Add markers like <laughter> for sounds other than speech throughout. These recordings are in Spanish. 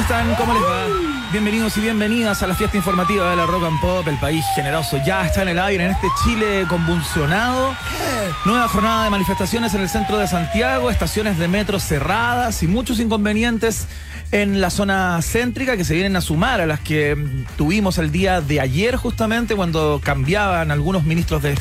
están? ¿Cómo les va? Bienvenidos y bienvenidas a la fiesta informativa de la Rock and Pop, el país generoso ya está en el aire en este Chile convulsionado. Nueva jornada de manifestaciones en el centro de Santiago, estaciones de metro cerradas y muchos inconvenientes en la zona céntrica que se vienen a sumar a las que mm, tuvimos el día de ayer justamente cuando cambiaban algunos ministros de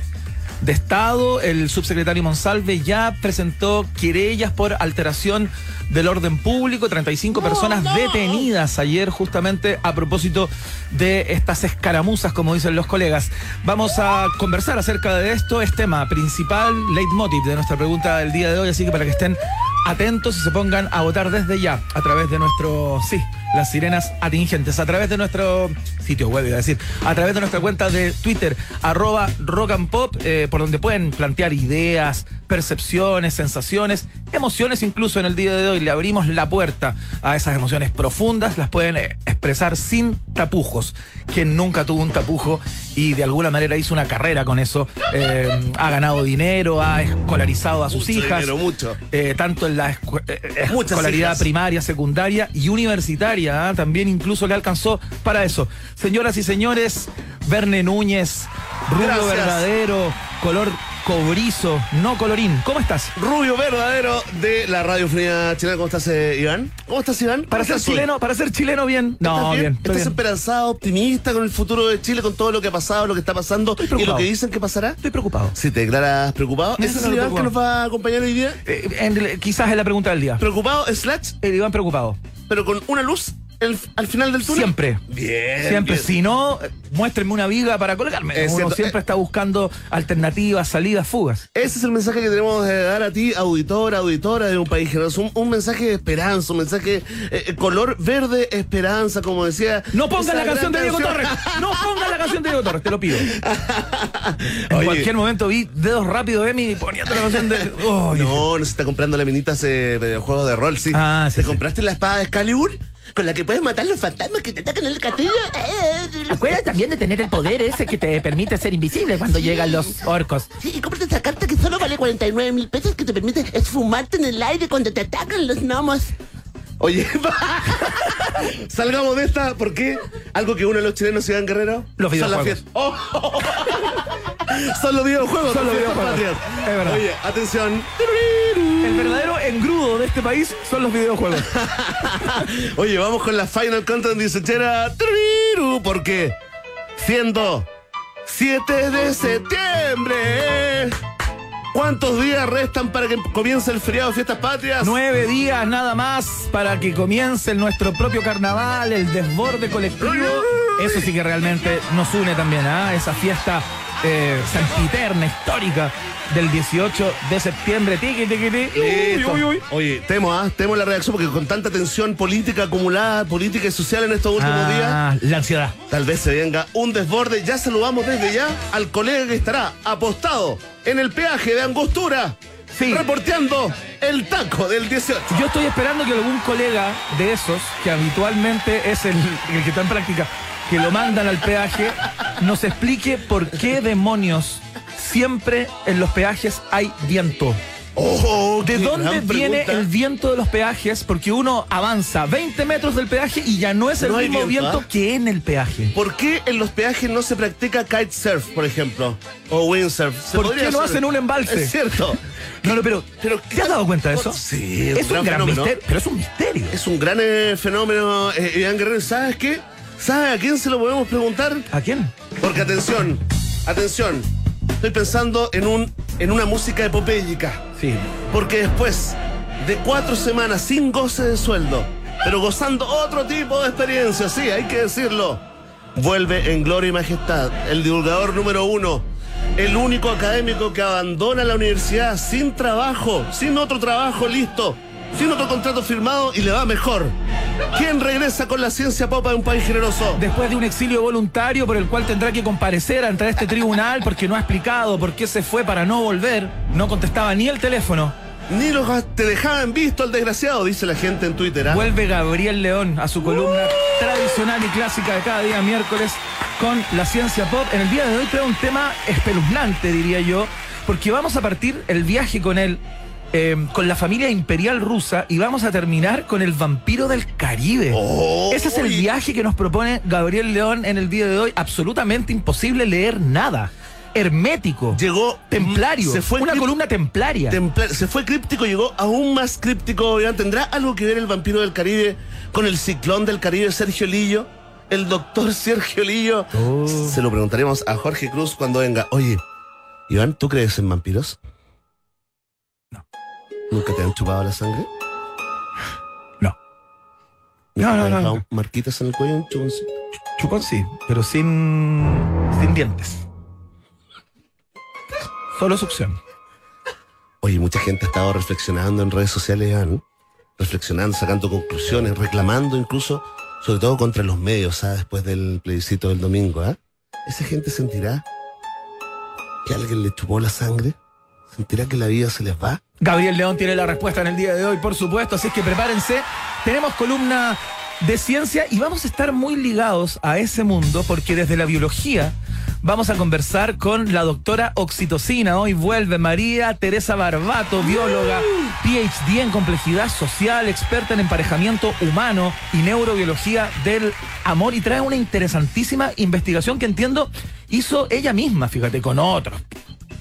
de Estado. El subsecretario Monsalve ya presentó querellas por alteración del orden público. 35 personas detenidas ayer justamente a propósito de estas escaramuzas, como dicen los colegas. Vamos a conversar acerca de esto. Es tema principal, leitmotiv de nuestra pregunta del día de hoy. Así que para que estén atentos y se pongan a votar desde ya a través de nuestro, sí, las sirenas atingentes, a través de nuestro sitio web, iba a decir, a través de nuestra cuenta de Twitter, arroba rock and pop, eh, por donde pueden plantear ideas, percepciones, sensaciones, emociones incluso en el día de hoy. Le abrimos la puerta a esas emociones profundas, las pueden eh, expresar sin tapujos. Quien nunca tuvo un tapujo y de alguna manera hizo una carrera con eso, eh, ha ganado dinero, ha escolarizado a sus Mucho hijas. dinero, mucho. Eh, tanto en la escu- eh, eh, Muchas escolaridad hijas. primaria, secundaria y universitaria. ¿ah? También incluso le alcanzó para eso. Señoras y señores, Verne Núñez, rubio Gracias. verdadero, color cobrizo, no colorín. ¿Cómo estás? Rubio verdadero de la Radio Fría Chilena. ¿Cómo estás, eh, Iván? ¿Cómo estás, Iván? Para ¿Cómo ser estás hoy? chileno, para ser chileno bien. No, ¿Estás bien? bien. estoy ¿Estás bien. esperanzado, optimista con el futuro de Chile, con todo lo que ha pasado, lo que está pasando y lo preocupado. que dicen que pasará? Estoy preocupado. Si te declaras preocupado, Me ¿ese es el declaro Iván que nos preocupado. va a acompañar hoy día? Eh, en- quizás es la pregunta del día. Preocupado, slash, El Iván preocupado. pero con una luz el- al final del túnel. Siempre. Bien. Siempre, bien. si no, eh, muéstrenme una viga para colgarme. Es Uno cierto, siempre eh. está buscando alternativas, salidas, fugas. Ese es el mensaje que tenemos de dar a ti, auditora, auditora de un país generoso. Un, un mensaje de esperanza, un mensaje eh, color verde esperanza, como decía. No pongan esa la gran canción de Diego Torres. No pongan la canción de Diego Torres, te lo pido. En <laughs> Oye. cualquier momento vi dedos rápidos de mí poniendo la canción <laughs> de. Oh, No, no se está comprando la minita de videojuegos de rol, sí. Ah, sí, ¿Te sí. compraste la espada de Excalibur? Con la que puedes matar los fantasmas que te atacan en el castillo. Eh, eh, Acuérdate también de tener el poder ese que te permite ser invisible cuando llegan los orcos. Sí, y cómprate esa carta que solo vale 49 mil pesos que te permite esfumarte en el aire cuando te atacan los gnomos. Oye, <laughs> salgamos de esta, ¿por qué? Algo que uno de los chilenos, Iván Guerrero. Los videojuegos. Son, las fiestas. Oh. <laughs> son los videojuegos. Son los las fiestas videojuegos. patrias. Es verdad. Oye, atención. El verdadero engrudo de este país son los <laughs> videojuegos. Oye, vamos con la Final Countdown dieciochera. Porque siendo 7 de septiembre. ¿Cuántos días restan para que comience el feriado de Fiestas Patrias? Nueve días nada más para que comience nuestro propio carnaval, el desborde colectivo. Eso sí que realmente nos une también a esa fiesta eh, sempiterna, histórica del 18 de septiembre. Tiqui, tiqui, tiqui. Uy, Listo. uy, uy. Oye, temo, ¿ah? temo la reacción porque con tanta tensión política acumulada, política y social en estos últimos días, Ah, la ansiedad. tal vez se venga un desborde. Ya saludamos desde ya al colega que estará apostado en el peaje de Angostura, Sí. reporteando el taco del 18. Yo estoy esperando que algún colega de esos, que habitualmente es el, el que está en práctica, que lo mandan al peaje, nos explique por qué demonios siempre en los peajes hay viento. Oh, ¿De qué dónde gran viene pregunta. el viento de los peajes? Porque uno avanza 20 metros del peaje y ya no es el No hay mismo viento, viento, ¿ah? que en el peaje. ¿Por qué en los peajes no se practica kitesurf, por ejemplo? O windsurf. ¿Se ¿Por podría qué no hacer? hacen un embalse? <laughs> Es cierto. No, no, pero, pero ¿te has dado cuenta de eso? Sí, es un gran fenómeno. misterio. Pero es un misterio. Es un gran eh, fenómeno, eh, Iván Guerrero. ¿Sabes qué? ¿Sabes a quién se lo podemos preguntar? ¿A quién? Porque atención, atención. Estoy pensando en, un, en una música epopélica. Sí. Porque después de cuatro semanas sin goce de sueldo, pero gozando otro tipo de experiencia, sí, hay que decirlo, vuelve en gloria y majestad el divulgador número uno, el único académico que abandona la universidad sin trabajo, sin otro trabajo listo, sin otro contrato firmado y le va mejor. ¿Quién regresa con la ciencia popa de un país generoso? Después de un exilio voluntario por el cual tendrá que comparecer ante este tribunal porque no ha explicado por qué se fue para no volver, no contestaba ni el teléfono. Ni los te dejaban visto al desgraciado, dice la gente en Twitter. ¿ah? Vuelve Gabriel León a su columna tradicional y clásica de cada día miércoles con la ciencia pop. En el día de hoy trae un tema espeluznante, diría yo, porque vamos a partir el viaje con él eh, con la familia imperial rusa y vamos a terminar con el vampiro del Caribe. Oh, Ese es el uy. viaje que nos propone Gabriel León en el día de hoy. Absolutamente imposible leer nada. Hermético. Llegó templario. Se fue una crip- columna templaria. templar- se fue críptico, llegó aún más críptico. Oigan, ¿Tendrá algo que ver el vampiro del Caribe con el ciclón del Caribe Sergio Lillo? El doctor <laughs> Sergio Lillo. Oh. Se lo preguntaremos a Jorge Cruz cuando venga. Oye, Iván, ¿tú crees en vampiros? No. ¿Nunca te han chupado la sangre? No. ¿Nunca No, no, te han no, dejado no. Marquitas en el cuello, un chuponcito? Chupón sí, pero sin, sin dientes. Solo succión. Oye, mucha gente ha estado reflexionando en redes sociales, ya, ¿no? reflexionando, sacando conclusiones, reclamando incluso, sobre todo contra los medios, ¿ah? después del plebiscito del domingo. ¿ah? ¿Esa gente sentirá que alguien le chupó la sangre? ¿Sentirá que la vida se les va? Gabriel León tiene la respuesta en el día de hoy, por supuesto, así es que prepárense. Tenemos columna de ciencia y vamos a estar muy ligados a ese mundo porque desde la biología vamos a conversar con la doctora Oxitocina. Hoy vuelve María Teresa Barbato, bióloga, PhD en complejidad social, experta en emparejamiento humano y neurobiología del amor y trae una interesantísima investigación que entiendo hizo ella misma, fíjate, con otros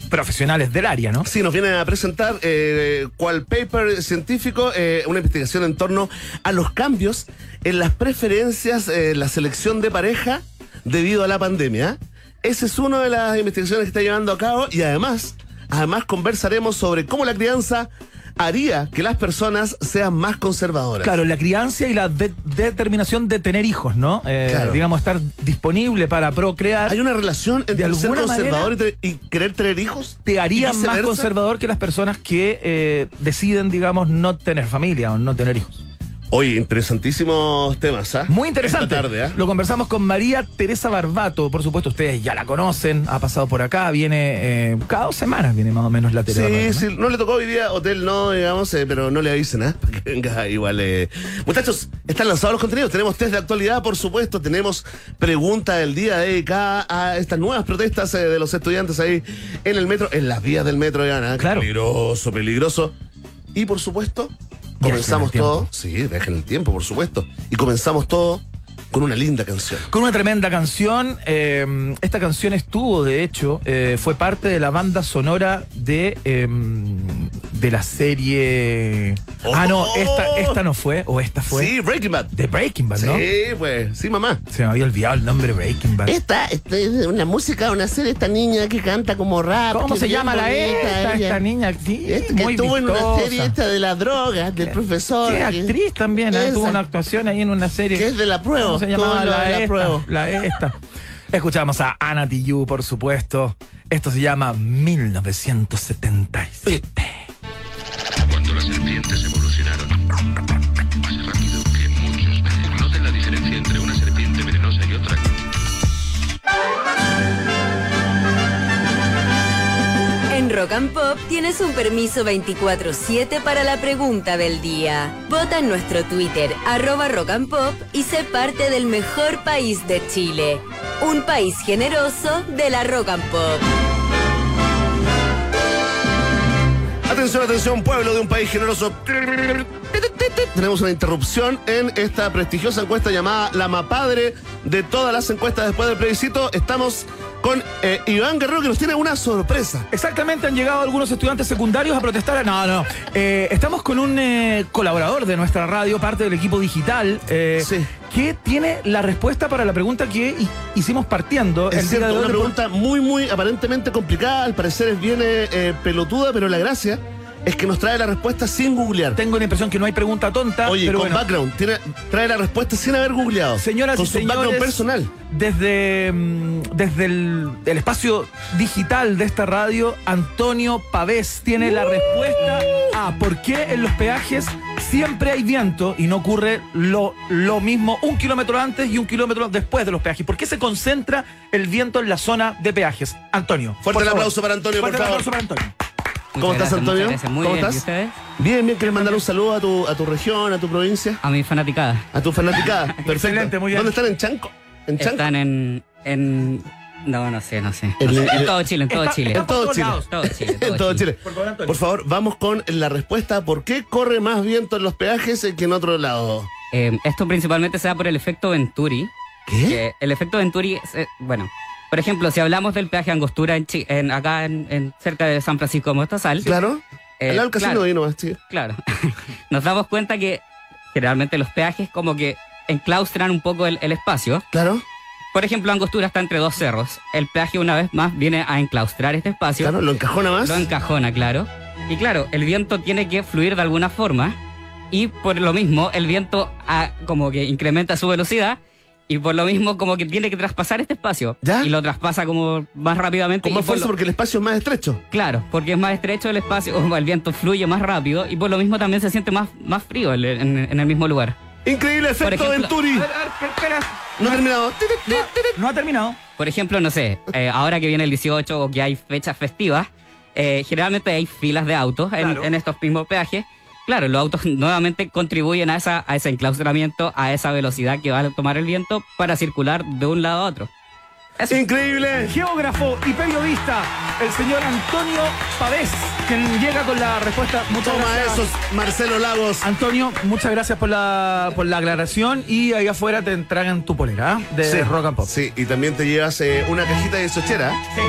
profesionales del área, ¿no? Sí, nos viene a presentar eh, cual paper científico, eh, una investigación en torno a los cambios en las preferencias, eh, en la selección de pareja debido a la pandemia. ¿eh? Esa es una de las investigaciones que está llevando a cabo y además, además conversaremos sobre cómo la crianza haría que las personas sean más conservadoras. Claro, la crianza y la de- determinación de tener hijos, ¿no? Eh, Claro. Digamos, estar disponible para procrear Hay una relación entre ser alguna conservador y, te- y querer tener hijos. te haría y más viceversa. conservador que las personas que eh, deciden, digamos, no tener familia o no tener hijos. Oye, interesantísimos temas, ¿ah? Muy interesante. Esta tarde, ¿ah? Lo conversamos con María Teresa Barbato. Por supuesto, ustedes ya la conocen, ha pasado por acá, viene eh, cada dos semanas, viene más o menos la Sí, Teresa Barbato, ¿no? sí, no le tocó hoy día hotel, no, digamos, eh, <laughs> pero no le avisen, nada Para que venga igual. eh. Muchachos, están lanzados los contenidos. Tenemos test de actualidad, por supuesto. Tenemos pregunta del día dedicada a estas nuevas protestas eh, de los estudiantes ahí en el metro, en las vías del metro, ya, ¿no? Claro. Peligroso, peligroso. Y por supuesto, comenzamos Viajen en el todo. Sí, dejen el tiempo, por supuesto. Y comenzamos todo con una linda canción. Con una tremenda canción. eh, esta canción estuvo, de hecho, eh, fue parte de la banda sonora de, eh, de la serie. Ah, no, esta, esta no fue, o esta fue. Oh. Sí, Breaking Bad. De Breaking Bad, ¿no? Sí, pues, sí, mamá. Se me había olvidado el nombre Breaking Bad. Esta, esta es una música, una serie, esta niña que canta como rap. ¿Cómo que se bien llama la bonita esta, ella. esta niña? Sí, Esta que muy estuvo en una vistosa. serie esta de las drogas, del profesor. Sí, que- actriz también, ¿eh? Esa. tuvo una actuación ahí en una serie. Que es de la prueba, ¿Cómo se llamaba todo lo la, de la esta, prueba. La esta. Escuchamos a Ana Tijoux, por supuesto. Esto se llama 1977. Cuando las serpientes evolucionaron. Más rápido que muchos. Noten la diferencia entre una serpiente venenosa y otra. En Rock and Pop tienes un permiso 24-7 para la pregunta del día. Vota en nuestro Twitter, arroba Rock and Pop, y sé parte del mejor país de Chile. Un país generoso de la Rock and Pop. Atención, atención, pueblo de un país generoso. Tenemos una interrupción en esta prestigiosa encuesta llamada La Mapadre de todas las encuestas después del plebiscito. Estamos con eh, Iván Guerrero que nos tiene una sorpresa. Exactamente, han llegado algunos estudiantes secundarios a protestar. No, no. Eh, estamos con un eh, colaborador de nuestra radio, parte del equipo digital, eh, Sí. que tiene la respuesta para la pregunta que hi- hicimos partiendo. el Es día cierto, de hoy una de por- pregunta muy, muy aparentemente complicada. Al parecer es bien eh, eh, pelotuda, pero la gracia es que nos trae la respuesta sin googlear. Tengo la impresión que no hay pregunta tonta, Oye, pero con bueno. background, tiene- trae la respuesta sin haber googleado. Señoras con y su background señores, personal. Desde, mm, desde el, el espacio digital de esta radio, Antonio Pavés tiene la respuesta a por qué en los peajes siempre hay viento y no ocurre lo, lo mismo un kilómetro antes y un kilómetro después de los peajes. ¿Por qué se concentra el viento en la zona de peajes? Antonio. Fuerte por el favor. aplauso para Antonio, Fuerte por el favor. aplauso para Antonio. ¿Cómo Muchas estás, gracias, Antonio? muchas gracias. Muy ¿Cómo bien. estás? ¿Y ustedes? Bien, bien, ¿quieres mandar un saludo a tu, a tu región, a tu provincia, A mi fanaticada. <laughs> a tu fanaticada? Perfecto. Excelente, muy bien. ¿Dónde están en Chanco? ¿En Chanco? Están en, en No, no sé, no sé. El- No sé. el- En todo Chile, en todo Está- Chile. está En todo todos Chile. lados. <laughs> Todo Chile, todo En todo Chile. Por favor, Antonio. Por favor, vamos con la respuesta a por qué corre más viento en los peajes que en otro lado. Eh, esto principalmente se da por el efecto Venturi. ¿Qué? que el efecto Venturi, es, eh, bueno, por ejemplo, si hablamos del peaje Angostura en, Chi- en- acá en, en- cerca de San Francisco de Mostazal, Claro. Eh, Al lado del casino claro. ahí nomás, sí. claro, <laughs> nos damos cuenta que generalmente los peajes como que enclaustran un poco el, el espacio. Claro. Por ejemplo, Angostura está entre dos cerros. El peaje una vez más viene a enclaustrar este espacio. Claro, lo encajona más. Lo encajona, claro. Y claro, el viento tiene que fluir de alguna forma. Y por lo mismo, el viento ah, como que incrementa su velocidad. Y por lo mismo, como que tiene que traspasar este espacio. ¿Ya? Y lo traspasa como más rápidamente. Con y más por fuerza lo- porque el espacio es más estrecho. Claro, porque es más estrecho el espacio, o el viento fluye más rápido. Y por lo mismo también se siente más, más frío el- en, en el mismo lugar. Increíble Por efecto ejemplo- Venturi. A ver, a ver, espera. No ha terminado. No ha terminado. Por ejemplo, no sé, eh, ahora que viene el 18 o que hay fechas festivas, eh, generalmente hay filas de autos en, Claro. en estos mismos peajes. Claro, los autos nuevamente contribuyen a, esa, a ese enclaustramiento, a esa velocidad que va a tomar el viento para circular de un lado a otro. Eso. Increíble. Geógrafo y periodista, el señor Antonio Pavés, quien llega con la respuesta. Muchas Toma gracias. esos, Marcelo Lagos. Antonio, muchas gracias por la, por la aclaración y ahí afuera te entregan tu polera ¿ah? de Sí, Rock and Pop. Sí, y también te llevas eh, una cajita de sochera. Sí.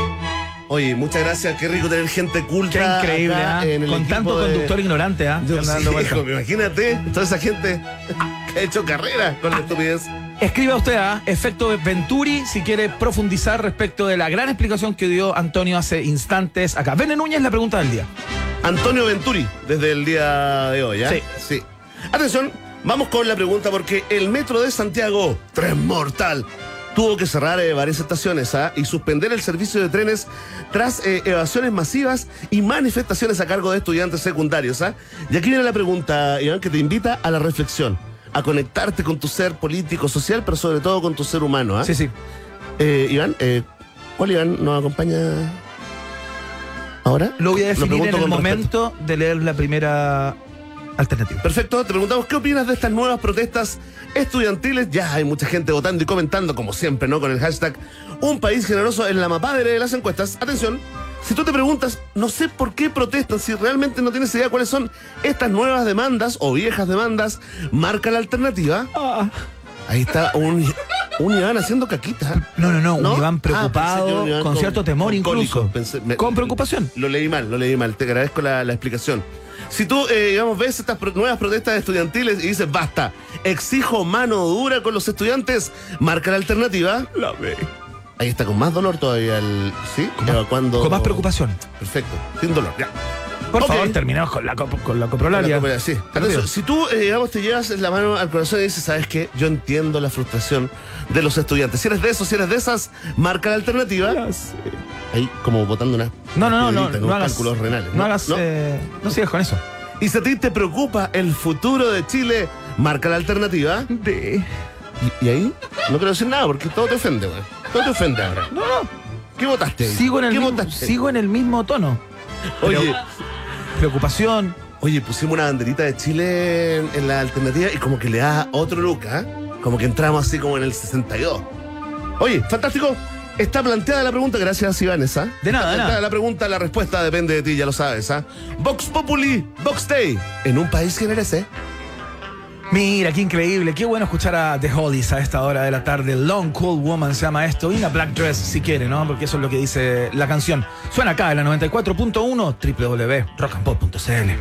Oye, muchas gracias. Qué rico tener gente Qué culta. increíble, acá ¿ah? en el Con equipo tanto de- conductor ignorante, ¿ah? Yo Que anda sí, dando vueltas. hijo, imagínate, toda esa gente <laughs> que ha hecho carrera con la estupidez. Escriba usted a Efecto Venturi si quiere profundizar respecto de la gran explicación que dio Antonio hace instantes acá. Vene Núñez, la pregunta del día. Antonio Venturi, desde el día de hoy, ¿ah? Sí. Sí. Atención, vamos con la pregunta porque el metro de Santiago, Transmortal, tuvo que cerrar eh, varias estaciones ¿ah? y suspender el servicio de trenes tras eh, evasiones masivas y manifestaciones a cargo de estudiantes secundarios. ¿ah? Y aquí viene la pregunta, Iván, que te invita a la reflexión, a conectarte con tu ser político, social, pero sobre todo con tu ser humano. ¿ah? Sí, sí. Eh, Iván, eh, ¿cuál Iván nos acompaña ahora? Lo voy a definir pregunto en el con respeto. momento de leer la primera alternativa. Perfecto, te preguntamos qué opinas de estas nuevas protestas estudiantiles. Ya hay mucha gente votando y comentando, como siempre, ¿no? Con el hashtag Un país generoso en la mapadre de las encuestas. Atención, si tú te preguntas, no sé por qué protestan, si realmente no tienes idea cuáles son estas nuevas demandas o viejas demandas, marca la alternativa. Ah. Ahí está un, un Iván haciendo caquita. No, no, no, un ¿No? Iván Ah, pensé que preocupado, un Iván con, cierto temor con incluso. cólico, pensé- me- con preocupación. Lo leí mal, lo leí mal. Te agradezco la, la explicación. Si tú, eh, digamos, ves estas pro- nuevas protestas estudiantiles y dices, basta, exijo mano dura con los estudiantes, marca la alternativa. La ve. Ahí está, con más dolor todavía el... ¿Sí? Con más, Ya, cuando... con más preocupación. Perfecto, sin dolor, ya. Por Ok. favor, terminamos con la, cop- con la coprolalia. La copa- sí. Atención, si tú, eh, digamos, te llevas la mano al corazón y dices, ¿sabes qué? Yo entiendo la frustración de los estudiantes. Si eres de esos, si eres de esas, marca la alternativa. Ahí, como botando una. No, no, no, no, piedrita no, en un hagas. cálculo renal, no hagas, eh, no sigas con eso. Y si a ti te preocupa el futuro de Chile, marca la alternativa. Y, y ahí no quiero decir nada porque todo te ofende, güey. Todo te ofende ahora. No, no. ¿Qué votaste? ahí? Sigo en el, ¿Qué mismo, votaste? sigo en el mismo tono. Oye, Preocupación. oye, pusimos una banderita de Chile en, en la alternativa y como que le da otro look, ¿ah? Como que entramos así como en el 62. Oye, fantástico. Está planteada la pregunta, gracias Ivanes, ¿ah? De nada, de Está planteada nada. la pregunta, la respuesta depende de ti, ya lo sabes, ¿ah? Vox Populi, Vox Day, en un país que merece. Mira, qué increíble. Qué bueno escuchar a The Hollies a esta hora de la tarde. Long Cool Woman se llama esto. Y una black dress si quiere, ¿no? Porque eso es lo que dice la canción. Suena acá en la 94.1 www.rockandpop.cl.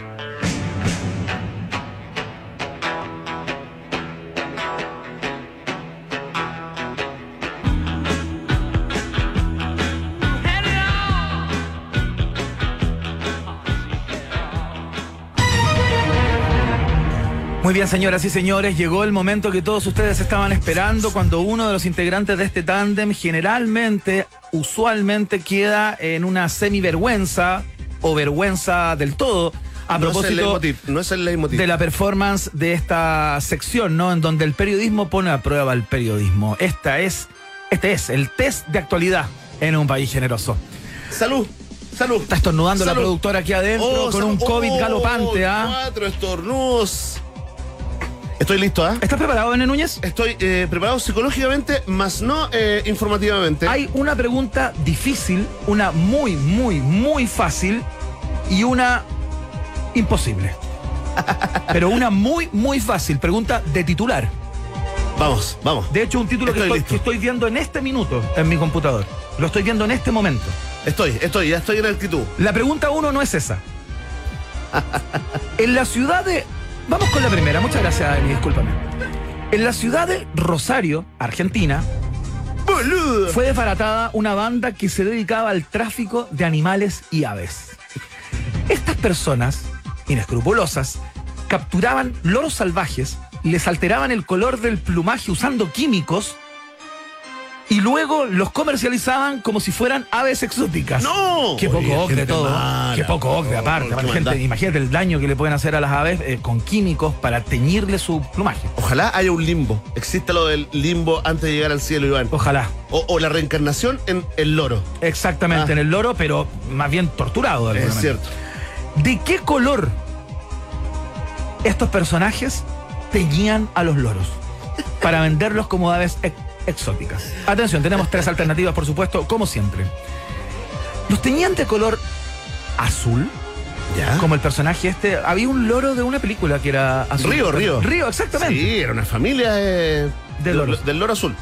Muy bien, señoras y señores, llegó el momento que todos ustedes estaban esperando cuando uno de los integrantes de este tándem generalmente, usualmente queda en una semivergüenza o vergüenza del todo a no es el propósito leitmotiv, no es el leitmotiv. de la performance de esta sección, ¿no? En donde el periodismo pone a prueba el periodismo. Esta es, este es el test de actualidad en un país generoso. Salud, salud. Está estornudando la Salud. productora aquí adentro Oh, con salud. un COVID Oh, galopante, ¿ah? Cuatro estornudos. Estoy listo, ¿ah? ¿Estás preparado, Bené Núñez? Estoy eh, preparado psicológicamente, más no eh, informativamente. Hay una pregunta difícil, una muy, muy, muy fácil y una <laughs> imposible. Pero una muy, muy fácil. Pregunta de titular. Vamos, vamos. De hecho, un título que Estoy estoy, listo. que estoy viendo en este minuto en mi computador. Lo estoy viendo en este momento. Estoy, estoy, ya estoy en actitud. La pregunta uno no es <laughs> esa. En la ciudad de... Vamos con la primera. Muchas gracias, Eli, discúlpame. En la ciudad de Rosario, Argentina, ¡Boludo! fue desbaratada una banda que se dedicaba al tráfico de animales y aves. Estas personas, inescrupulosas, capturaban loros salvajes, les alteraban el color del plumaje usando químicos y luego los comercializaban como si fueran aves exóticas. ¡No! Qué poco Oye, oc de gente todo. mala, Qué poco oc de por favor, aparte. qué Aparte, maldad. gente, imagínate el daño que le pueden hacer a las aves eh, con químicos para teñirle su plumaje. Ojalá haya un limbo. Exista lo del limbo antes de llegar al cielo, Iván. Ojalá. O, o la reencarnación en el loro. Exactamente, Ah. en el loro, pero más bien torturado. De alguna Es manera. cierto. ¿De qué color estos personajes teñían a los loros? Para venderlos como aves ex- exóticas. Atención, tenemos tres alternativas, por supuesto, como siempre. Los teñían de color azul, ¿Ya? como el personaje este. Había un loro de una película que era azul. Río, Río. Río, exactamente. Sí, era una familia eh, De loros. del loro azul.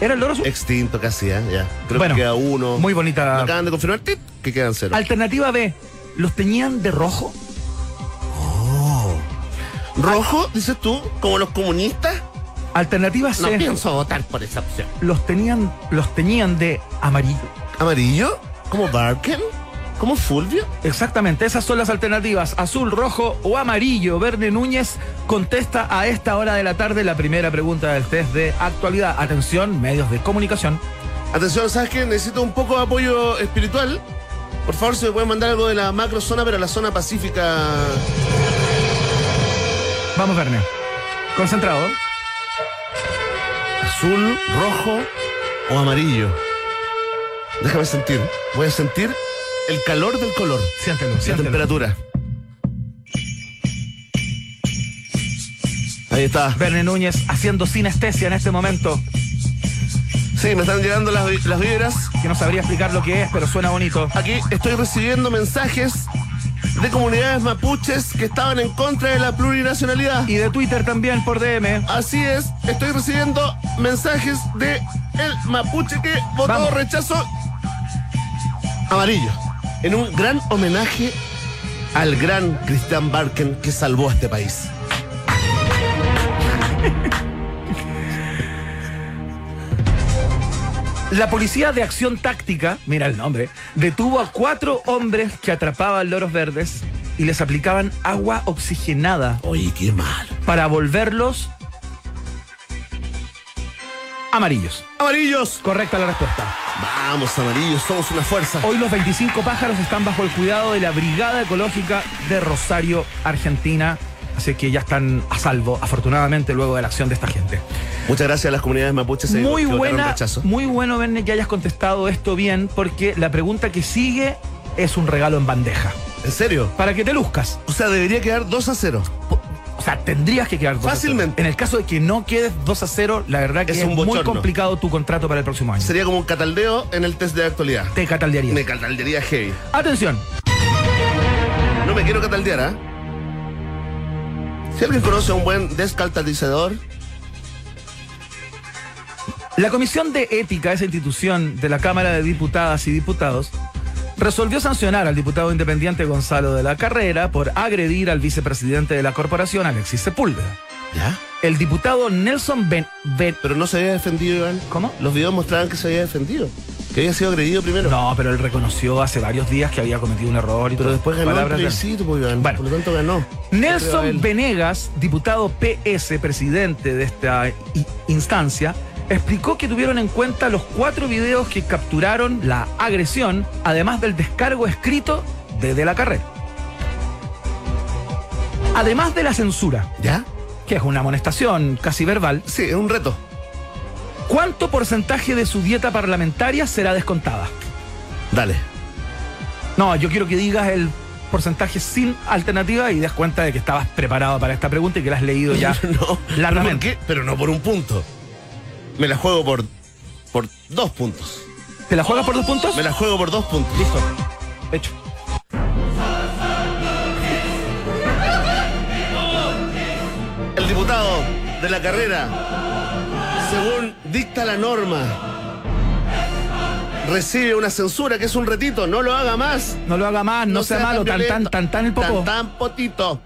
Era el loro azul. Extinto casi, ¿eh? ya. Creo Bueno, que queda uno. Muy Me bonita. acaban de confirmar ¡tit! que quedan cero. Alternativa B. ¿Los teñían de rojo? Rojo, dices tú, como los comunistas. Alternativa No C. pienso votar por esa opción. los, tenían, los teñían de amarillo. ¿Amarillo? ¿Como Barken? ¿Como Fulvio? Exactamente, esas son las alternativas, azul, rojo o amarillo. Verne Núñez contesta a esta hora de la tarde la primera pregunta del test de actualidad. Atención, medios de comunicación. Atención, ¿sabes qué? Necesito un poco de apoyo espiritual. Por favor, si me pueden mandar algo de la macro zona, pero la zona pacífica. Vamos, Verne. Concentrado. Azul, rojo o amarillo. Déjame sentir. Voy a sentir el calor del color. Siéntelo, La siéntelo. temperatura. Ahí está. Verne Núñez haciendo sinestesia en este momento, Sí, me están llegando las, vi- las vibras. que no sabría explicar lo que es, pero suena bonito. Aquí estoy recibiendo mensajes de comunidades mapuches que estaban en contra de la plurinacionalidad. Y de Twitter también por DM. Así es, estoy recibiendo mensajes de el mapuche que votó Vamos. rechazo amarillo. En un gran homenaje al gran Cristian Barken que salvó a este país. La policía de acción táctica, mira el nombre, detuvo a cuatro hombres que atrapaban loros verdes y les aplicaban agua oxigenada Oye, qué mal. para volverlos amarillos. Amarillos. Correcta la respuesta. Vamos, amarillos, somos una fuerza. Hoy los 25 pájaros están bajo el cuidado de la Brigada Ecológica de Rosario, Argentina. Así que ya están a salvo, afortunadamente, luego de la acción de esta gente. Muchas gracias a las comunidades mapuches eh, muy que votaron buena, rechazo. muy bueno, Verne, que hayas contestado esto bien, porque la pregunta que sigue es un regalo en bandeja. ¿En serio? Para que te luzcas. O sea, debería quedar 2 a 0. O sea, tendrías que quedar 2 a 0. Fácilmente. En el caso de que no quedes 2 a 0, la verdad que es, Es un muy bochorno. complicado tu contrato para el próximo año. Sería como un cataldeo en el test de actualidad. Te cataldearías. Me cataldearía heavy. Atención, No me quiero cataldear, ¿ah? Si alguien conoce a un buen descaltadizador, la Comisión de Ética, esa institución de la Cámara de Diputadas y Diputados, resolvió sancionar al diputado independiente Gonzalo de la Carrera por agredir al vicepresidente de la corporación, Alexis Sepúlveda. ¿ya? El diputado Nelson Ben... Ben- Pero no se había defendido, Iván. ¿Cómo? Los videos mostraban que se había defendido. Que había sido agredido primero. No, pero él reconoció hace varios días que había cometido un error y Pero todo. después ganó el Palabras de- plebiscito, pues, Iván. Bueno. Por lo tanto ganó. Creo a Nelson él. Venegas, diputado PS, presidente de esta i- instancia, explicó que tuvieron en cuenta los cuatro videos que capturaron la agresión, además del descargo escrito de De la Carrera. Además de la censura, ¿Ya? que es una amonestación casi verbal, Sí, es un reto. ¿cuánto porcentaje de su dieta parlamentaria será descontada? Dale. No, yo quiero que digas el porcentajes sin alternativa y das cuenta de que estabas preparado para esta pregunta y que la has leído ya <laughs> No, ¿pero por largamente. qué? Pero no por un punto. Me la juego por, por dos puntos. ¿Te la juegas por dos puntos? Me la juego por dos puntos. Listo. Hecho. El diputado de la carrera, según dicta la norma, recibe una censura que es un retito. No lo haga más. No lo haga más, no, sea, tan malo, tan tan, violento. tan tan el poco. Tan tan potito.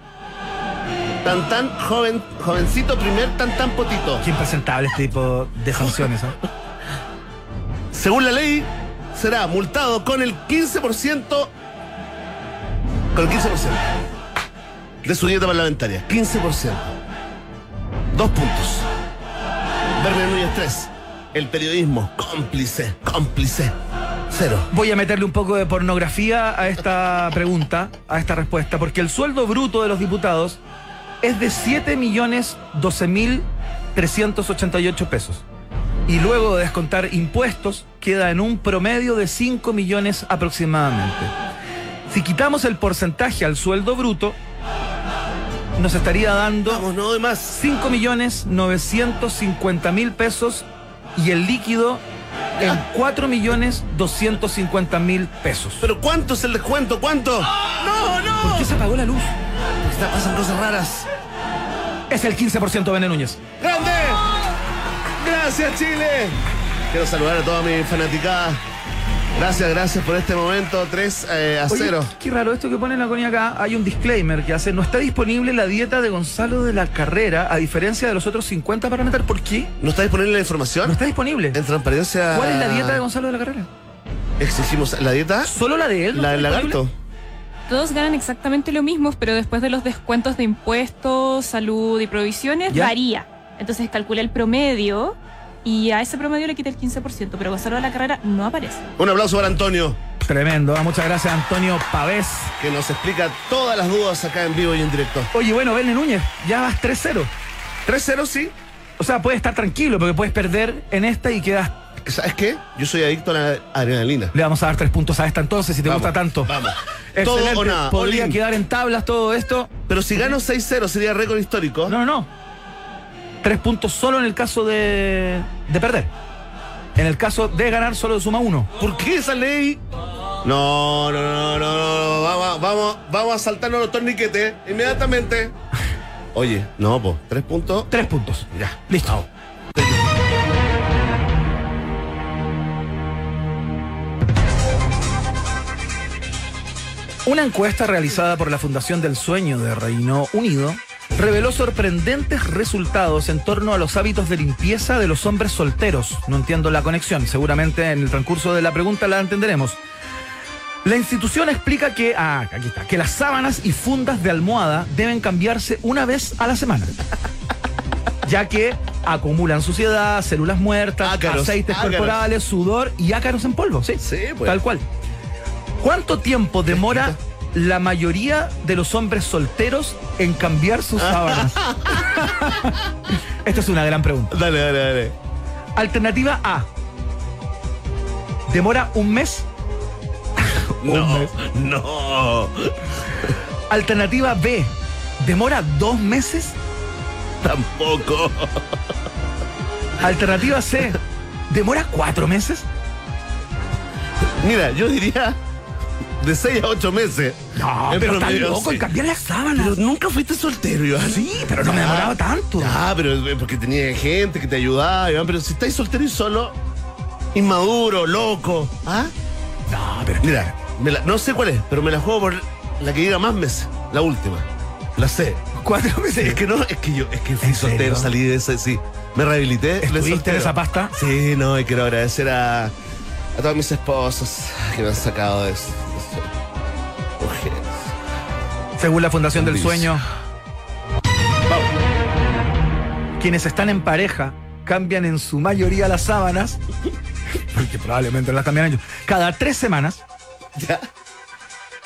Tan tan joven, jovencito primer tan tan potito. Qué impresentable este tipo de sanciones. ¿eh? <laughs> Según la ley, será multado con el 15%. Con el 15%. De su dieta parlamentaria. 15%. Dos puntos. Verne Núñez 3. El periodismo cómplice, cómplice. Cero. Voy a meterle un poco de pornografía a esta pregunta, a esta respuesta, porque el sueldo bruto de los diputados es de 7 millones 12 mil 388 pesos. Y luego de descontar impuestos, queda en un promedio de 5 millones aproximadamente. Si quitamos el porcentaje al sueldo bruto, nos estaría dando Vamos, no doy más. 5 millones 950 mil pesos y el líquido en 4 millones 250 mil pesos. ¿Pero cuánto es el descuento? ¿Cuánto? ¡No, no! se apagó la luz? Está pasan cosas raras. Es el 15% Bené Núñez. ¡Grande! ¡Gracias, Chile! Quiero saludar a toda mi fanaticada. Gracias, gracias por este momento. 3 eh, a Oye, 0. Qué raro esto que pone la Connie acá. Hay un disclaimer que hace, no está disponible la dieta de Gonzalo de la Carrera, a diferencia de los otros 50 para anotar. ¿Por qué? ¿No está disponible la No información? está disponible. En transparencia. ¿Cuál es la dieta de Gonzalo de la Carrera? Exigimos. ¿La dieta? ¿Solo la de él? no ¿La del está disponible? lagarto? Todos ganan exactamente lo mismo, pero después de los descuentos de impuestos, salud y provisiones, ¿Ya? varía. Entonces calcula el promedio y a ese promedio le quita el 15%, pero Gonzalo de la Carrera no aparece. Un aplauso para Antonio, Tremendo. ¿eh? Muchas gracias, Antonio Pavés. que nos explica todas las dudas acá en vivo y en directo. Oye, bueno, Bené Núñez, ya vas 3-0. 3-0, sí. O sea, puedes estar tranquilo porque puedes perder en esta y quedas. ¿Sabes qué? Yo soy adicto a la adrenalina. Le vamos a dar tres puntos a esta entonces si te Vamos, gusta tanto. Vamos. Excelente. Todo o nada. Podría all in. quedar en tablas todo esto. Pero si gano 6-0 sería récord histórico. No, no, no. Tres puntos solo en el caso de, de perder. En el caso de ganar, solo suma uno. ¿Por qué esa ley? No, no, no, no, no, no. Vamos, vamos, vamos a saltarnos los torniquetes inmediatamente. Oye, no, po, tres puntos. Tres puntos. Ya. Listo. Una encuesta realizada por la Fundación del Sueño de Reino Unido reveló sorprendentes resultados en torno a los hábitos de limpieza de los hombres solteros. No entiendo la conexión, seguramente en el transcurso de la pregunta la entenderemos. La institución explica que, ah, aquí está, que las sábanas y fundas de almohada deben cambiarse una vez a la semana <laughs> ya que acumulan suciedad, células muertas, Ácaros, aceites ácaros. corporales, sudor y ácaros en polvo, sí, Sí, pues. tal cual. ¿Cuánto tiempo demora la mayoría de los hombres solteros en cambiar sus Ah. <laughs> sábanas? Esta es una gran pregunta. Dale, dale, dale. Alternativa A. Demora un mes. No, no. Alternativa B. Demora dos meses. Tampoco. Alternativa C. Demora cuatro meses. Mira, yo diría de seis a ocho meses. No, En pero estás promedio, loco en sí. cambiar las sábanas. Pero nunca fuiste soltero, Iván. Sí, pero no me demoraba tanto. Ah, pero eh, porque tenía gente que te ayudaba, Iván. Pero si estáis soltero y solo, inmaduro, loco. ¿Ah? No, pero Mira, me la- no sé cuál es, pero me la juego por la que diga más meses, la última. La sé. cuatro Es meses. que no, es que yo, es que fui ¿En soltero, serio? salí de ese, sí. Me rehabilité. fui ¿Estuviste en soltero. esa pasta? Sí, no, y quiero agradecer a, a todas mis esposas que me han sacado de eso. Según la Fundación del Dice. Sueño, quienes están en pareja cambian en su mayoría las sábanas, porque probablemente no las cambian ellos, cada tres semanas. Ya.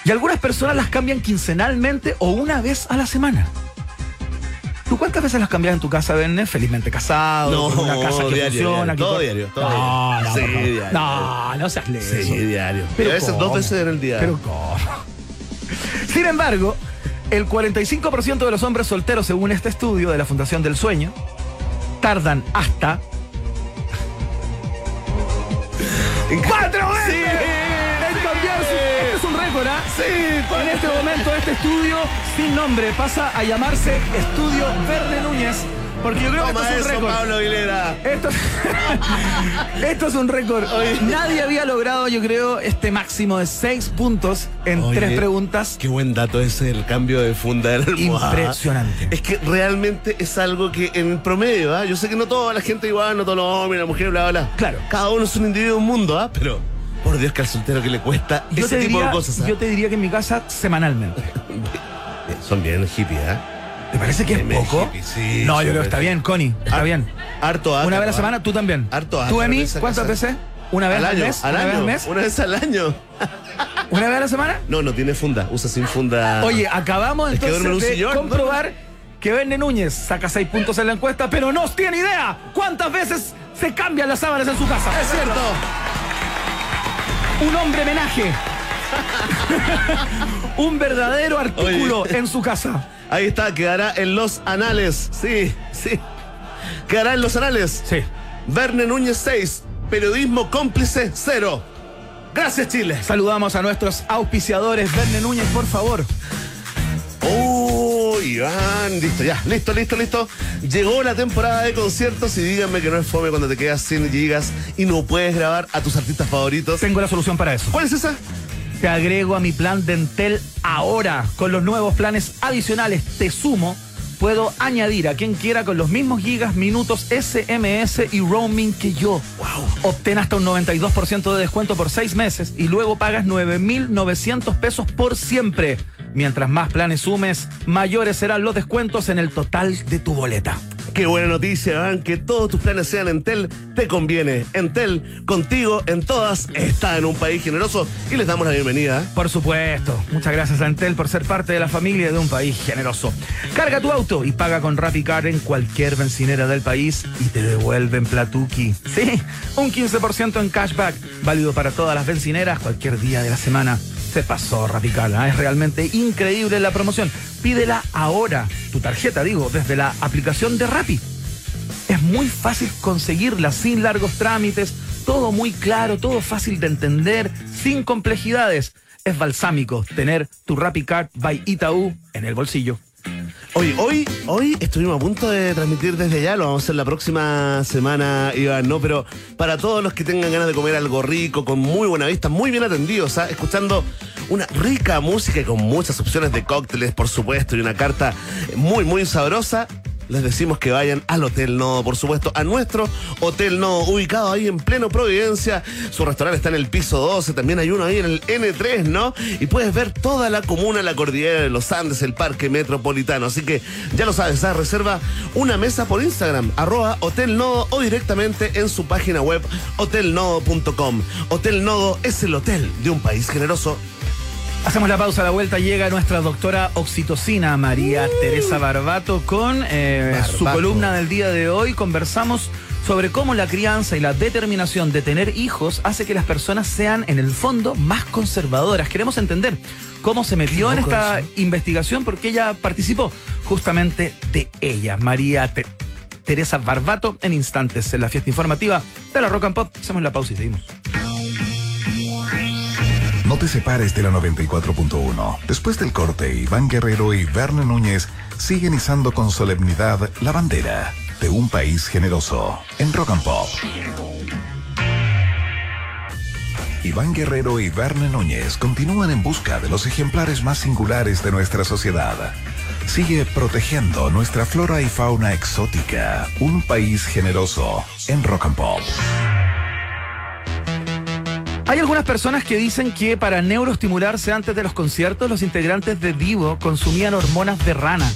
Y algunas personas las cambian quincenalmente o una vez a la semana. ¿Tú cuántas veces las cambias en tu casa, Benne? Felizmente casado, No, con una casa que diario, funciona. diario, que todo cor- diario, todo no, diario. No, Sí, por favor. diario. no, no seas leso. Sí, diario. Pero a veces ¿cómo? dos veces en el día. Pero cómo. Sin embargo, el 45% de los hombres solteros, según este estudio de la Fundación del Sueño, tardan <laughs> hasta. ¡Cuatro meses! En cambiar su- Este es un récord, ¿ah? En este momento, este estudio sin nombre pasa a llamarse Estudio Verde Núñez, porque yo creo que Toma esto es un eso, récord. Pablo Aguilera. Esto, Esto es <laughs> un récord. Oye. Nadie había logrado, yo creo, este máximo de seis puntos en Oye, tres preguntas. Qué buen dato ese el cambio de funda de la almohada. Impresionante. Es que realmente es algo que en el promedio, ¿ah? yo sé que no toda la gente igual, no todos los hombres, la mujer, bla, bla, bla. Claro. Cada uno es un individuo, un mundo, ¿ah? pero por Dios que al soltero que le cuesta Yo ese te, tipo diría, de cosas. ¿ah? yo te diría que en mi casa semanalmente. Son bien hippies, ¿ah? ¿Te parece que es Bien poco? hippie, sí, no, sí, yo creo que está sí. bien, Connie. Está Ah, bien. Harto ácaro, Una vez a la ¿ah? semana, tú también. Harto ¿Tú ácaro a en mí? esa ¿Cuántas casa. veces? ¿Una vez Al al, año, mes? al ¿Una vez año, al mes? una vez al año. ¿Una vez a la semana? No, no tiene funda, usa sin funda. Oye, acabamos Ah. Es que duerme en un entonces de sillón, ¿no? comprobar que Verne Núñez saca seis puntos en la encuesta, pero no tiene idea cuántas veces se cambian las sábanas en su casa. es cierto. Un hombre <laughs> homenaje. Un verdadero artículo Oye. en su casa. Ahí está, quedará en los anales. Sí, sí. Quedará en los anales. Sí. Verne Núñez 6, periodismo cómplice 0. Gracias, Chile. Saludamos a nuestros auspiciadores. Verne Núñez, por favor. Oh, Iván, listo, ya, listo, listo, listo. Llegó la temporada de conciertos y díganme que no es fome cuando te quedas sin gigas y no puedes grabar a tus artistas favoritos. Tengo la solución para eso. ¿Cuál es esa? Te agrego a mi plan Dentel ahora. Con los nuevos planes adicionales Te Sumo, puedo añadir a quien quiera con los mismos gigas, minutos, SMS y roaming que yo. ¡Wow! Obtén hasta un 92% de descuento por seis meses y luego pagas 9,900 pesos por siempre. Mientras más planes sumes, mayores serán los descuentos en el total de tu boleta. Qué buena noticia, Iván, que todos tus planes sean Entel, te conviene. Entel, contigo, en todas, está en un país generoso y les damos la bienvenida. Por supuesto. Muchas gracias a Entel por ser parte de la familia de un país generoso. Carga tu auto y paga con RappiCard en cualquier bencinera del país y te devuelven Platuki. Sí, un 15% en cashback, válido para todas las bencineras cualquier día de la semana. Se pasó Rapicar, ¿ah? es realmente increíble la promoción. Pídela ahora, tu tarjeta digo, desde la aplicación de Rappi. Es muy fácil conseguirla, sin largos trámites, todo muy claro, todo fácil de entender, sin complejidades. Es balsámico tener tu RappiCard by Itaú en el bolsillo. Oye, hoy, hoy estuvimos a punto de transmitir desde allá, lo vamos a hacer la próxima semana, Iván, ¿no? Pero para todos los que tengan ganas de comer algo rico, con muy buena vista, muy bien atendidos, ¿ah? escuchando una rica música y con muchas opciones de cócteles, por supuesto, y una carta muy, muy sabrosa. Les decimos que vayan al Hotel Nodo, por supuesto, a nuestro Hotel Nodo, ubicado ahí en pleno Providencia. Su restaurante está en el piso 12, también hay uno ahí en el N3, ¿no? Y puedes ver toda la comuna, la cordillera de los Andes, el parque metropolitano. Así que ya lo sabes, ¿sabes? reserva una mesa por Instagram, arroba Hotel Nodo o directamente en su página web hotelnodo.com. Hotel Nodo es el hotel de un país generoso. Hacemos la pausa, a la vuelta llega nuestra doctora oxitocina María Teresa Barbato con eh, Barbato. su columna del día de hoy. Conversamos sobre cómo la crianza y la determinación de tener hijos hace que las personas sean en el fondo más conservadoras. Queremos entender cómo se metió en esta investigación porque ella participó justamente de ella, María Te- Teresa Barbato, en instantes en la fiesta informativa de la Rock and Pop. Hacemos la pausa y seguimos. No te separes de la 94.1. Después del corte, Iván Guerrero y Verne Núñez siguen izando con solemnidad la bandera de un país generoso en Rock and Pop. Iván Guerrero y Verne Núñez continúan en busca de los ejemplares más singulares de nuestra sociedad. Sigue protegiendo nuestra flora y fauna exótica, un país generoso en Rock and Pop. Hay algunas personas que dicen que para neuroestimularse antes de los conciertos, los integrantes de Divo consumían hormonas de rana.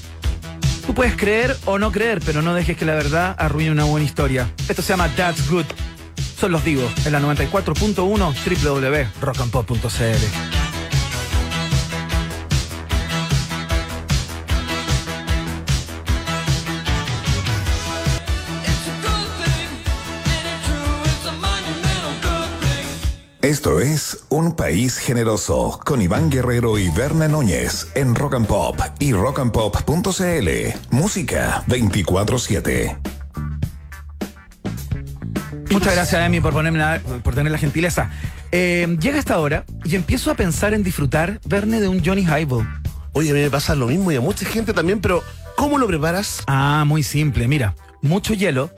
Tú puedes creer o no creer, pero no dejes que la verdad arruine una buena historia. Esto se llama That's Good. Son los Divo en la 94.1 www.rockandpop.cl. It's a good thing, and it's true, it's a monumental good thing. Esto es Un País Generoso con Iván Guerrero y Berna Núñez en Rock and Pop y rockandpop.cl. Música 24-7. Muchas gracias, Emi, por, ponerme la- por tener la gentileza. Eh, llega esta hora y empiezo a pensar en disfrutar Verne de un Johnny Highball. Oye, a mí me pasa lo mismo y a mucha gente también, pero ¿cómo lo preparas? Ah, muy simple. Mira, mucho hielo.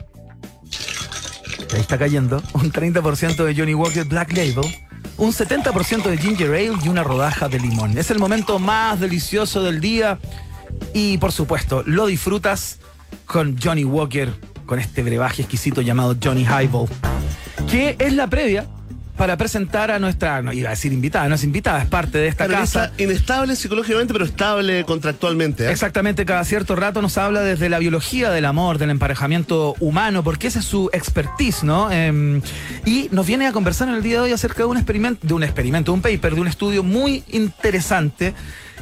Ahí está cayendo. Un 30% de Johnny Walker Black Label. Un 70% de Ginger Ale y una rodaja de limón. Es el momento más delicioso del día. Y por supuesto, lo disfrutas con Johnny Walker, con este brebaje exquisito llamado Johnny Highball. Que es la previa para presentar a nuestra, no iba a decir invitada, no es invitada, es parte de esta casa. Está inestable psicológicamente, pero estable contractualmente. ¿eh? Exactamente, cada cierto rato nos habla desde la biología del amor, del emparejamiento humano, porque esa es su expertise, ¿no? Em, y nos viene a conversar en el día de hoy acerca de un experimento, de un experimento, de un paper, de un estudio muy interesante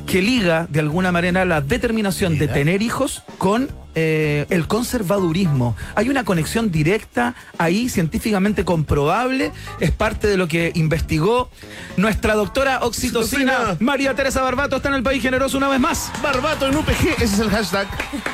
que liga de alguna manera la determinación de tener hijos con eh, el conservadurismo. Hay una conexión directa ahí, científicamente comprobable, es parte de lo que investigó nuestra doctora oxitocina, Oxitocina. María Teresa Barbato, está en el país generoso una vez más. Barbato en UPG, ese es el hashtag.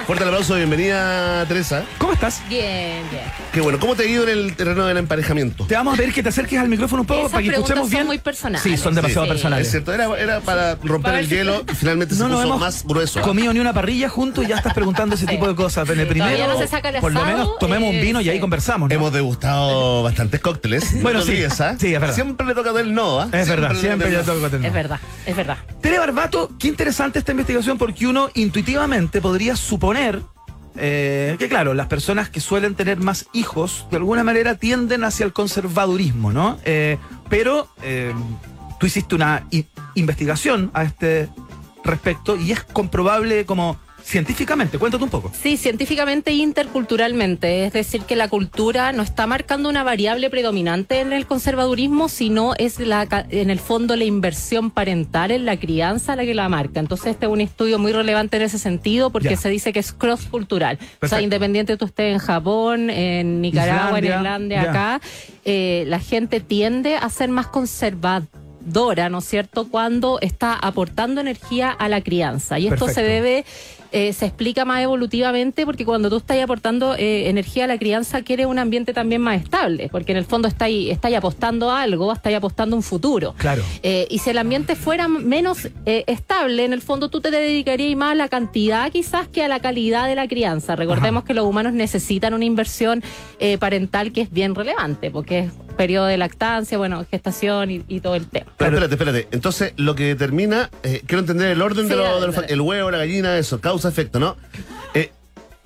Fuerte el aplauso, bienvenida Teresa. ¿Cómo estás? Bien, bien. Qué bueno, ¿cómo te ha ido en el terreno del emparejamiento? Te vamos a pedir que te acerques al micrófono un poco Esas para que preguntas escuchemos son bien. muy personales. Sí, son demasiado eh. Sí. Es personales. cierto, era, era para romper el hielo y finalmente <laughs> se No nos puso hemos más grueso. comido ni una parrilla juntos y ya estás preguntando ese tipo de cosas. Bene, primero, todavía no se saca el por lo asado, menos tomemos un eh, vino y ahí sí. conversamos. ¿no? Hemos degustado bastantes cócteles. No Bueno, te sí. olvides, ¿ah? Sí, es verdad. Siempre le toca del no, ¿ah? es verdad, le siempre toca yo del no. tengo que tener. Es verdad, es verdad. Tere Barbato, qué interesante esta investigación porque uno intuitivamente podría suponer eh, que, claro, las personas que suelen tener más hijos de alguna manera tienden hacia el conservadurismo, ¿no? Eh, pero eh, tú hiciste una i- investigación a este respecto y es comprobable como científicamente. Cuéntate un poco. Sí, científicamente e interculturalmente, es decir, que la cultura no está marcando una variable predominante en el conservadurismo, sino es la, ca- en el fondo la inversión parental en la crianza la que la marca. Entonces, este es un estudio muy relevante en ese sentido porque Ya. se dice que es cross-cultural. O Perfecto. sea, independiente de tú estés en Japón, en Islandia, Nicaragua, en Irlanda, ya. acá, eh, la gente tiende a ser más conservadora, ¿no es cierto?, cuando está aportando energía a la crianza. Y esto se Perfecto. debe debe, este eh, se explica más evolutivamente porque cuando tú estás aportando eh, energía a la crianza quieres un ambiente también más estable, porque en el fondo estás está apostando a algo, estás apostando a un futuro. Claro. Eh, y si el ambiente fuera menos eh, estable, en el fondo tú te dedicarías más a la cantidad quizás que a la calidad de la crianza. Recordemos que los humanos necesitan una inversión eh, parental que es bien relevante, porque es periodo de lactancia, bueno, gestación y, y todo el tema. Pero espérate, espérate. Entonces, lo que determina, eh, quiero entender el orden Sí, de, lo- dale, de lo- dale. el huevo, la gallina, eso, causa-efecto, ¿no? Eh,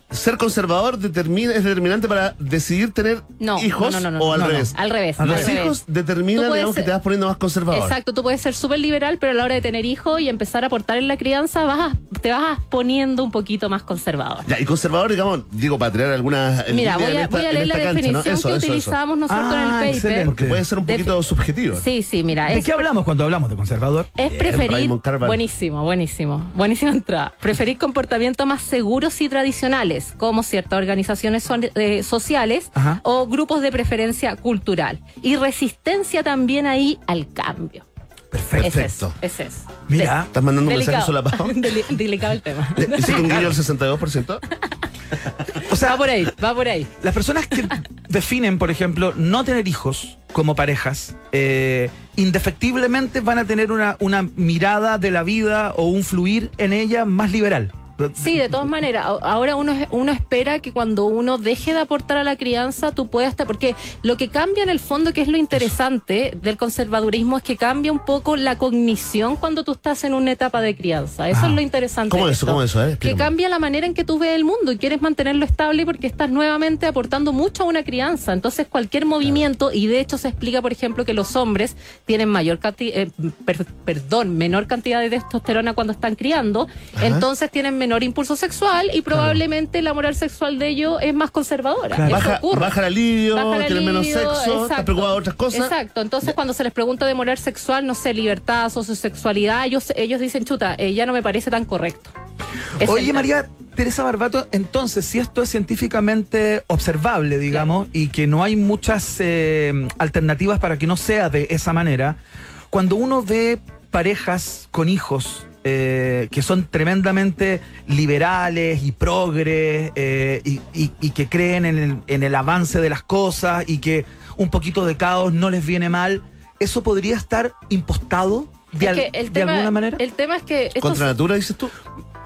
ser conservador determina, es determinante para decidir tener No, hijos no, no, no, o al no, no. revés. Al revés. Al al Los revés. revés. hijos determinan, Tú puedes digamos, que ser- te vas poniendo más conservador. Exacto, tú puedes ser súper liberal, pero a la hora de tener hijos y empezar a aportar en la crianza, vas a- te vas a poniendo un poquito más conservador. Ya, y conservador, digamos, digo, para tirar algunas. eh, Mira, líneas voy en a, esta- voy a en leer la esta cancha, definición ¿no? Eso, que eso, eso. utilizamos nosotros Ah, en el paper. excelente. Porque puede ser un Defi- poquito subjetivo. Sí, sí, mira, ¿De es, qué hablamos cuando hablamos de conservador? es preferir... Raymond Carvalho. Buenísimo, buenísimo, buenísima entrada. Preferir comportamientos más seguros y tradicionales, como ciertas organizaciones son- eh, sociales Ajá. o grupos de preferencia cultural. Y resistencia también ahí al cambio. Es Perfecto. eso, Es eso. Mira, ¿Estás mandando un mensaje Delicado. solapado? <laughs> Deli- Delicado el tema. ¿Le- ¿Hiciste un guiño al 62%? o sea, Va por ahí, <laughs> va por ahí. Las personas que definen, por ejemplo, no tener hijos como parejas, eh, indefectiblemente van a tener una, una mirada de la vida o un fluir en ella más liberal. Sí, de todas maneras, a- ahora uno, es- uno espera que cuando uno deje de aportar a la crianza, tú puedas, estar- porque lo que cambia en el fondo, que es lo interesante del conservadurismo, es que cambia un poco la cognición cuando tú estás en una etapa de crianza. Eso Ah. es lo interesante. ¿Cómo de eso? esto. ¿Cómo eso? Eh? Que Explícame. cambia la manera en que tú ves el mundo y quieres mantenerlo estable porque estás nuevamente aportando mucho a una crianza. Entonces, cualquier movimiento, y de hecho se explica, por ejemplo, que los hombres tienen mayor cantidad, perdón, menor cantidad de testosterona cuando están criando, entonces tienen menor impulso sexual y probablemente la moral sexual de ellos es más conservadora. Claro. Eso Baja, ocurre. baja el alivio, Baja el tiene menos libido, sexo, estás exacto. preocupado de otras cosas. Exacto. Entonces, cuando se les pregunta de moral sexual, no sé, libertad, sociosexualidad, ellos, ellos dicen, chuta, eh, ya no me parece tan correcto. Es Oye, el- María Teresa Barbato, entonces, si esto es científicamente observable, digamos, y que no hay muchas eh, alternativas para que no sea de esa manera, cuando uno ve parejas con hijos eh, que son tremendamente liberales y progres eh, y, y- y que creen en el, en el avance de las cosas y que un poquito de caos no les viene mal, ¿eso podría estar impostado de, Es al- que el de tema- alguna manera? El tema es que estos- ¿Contra natura dices tú?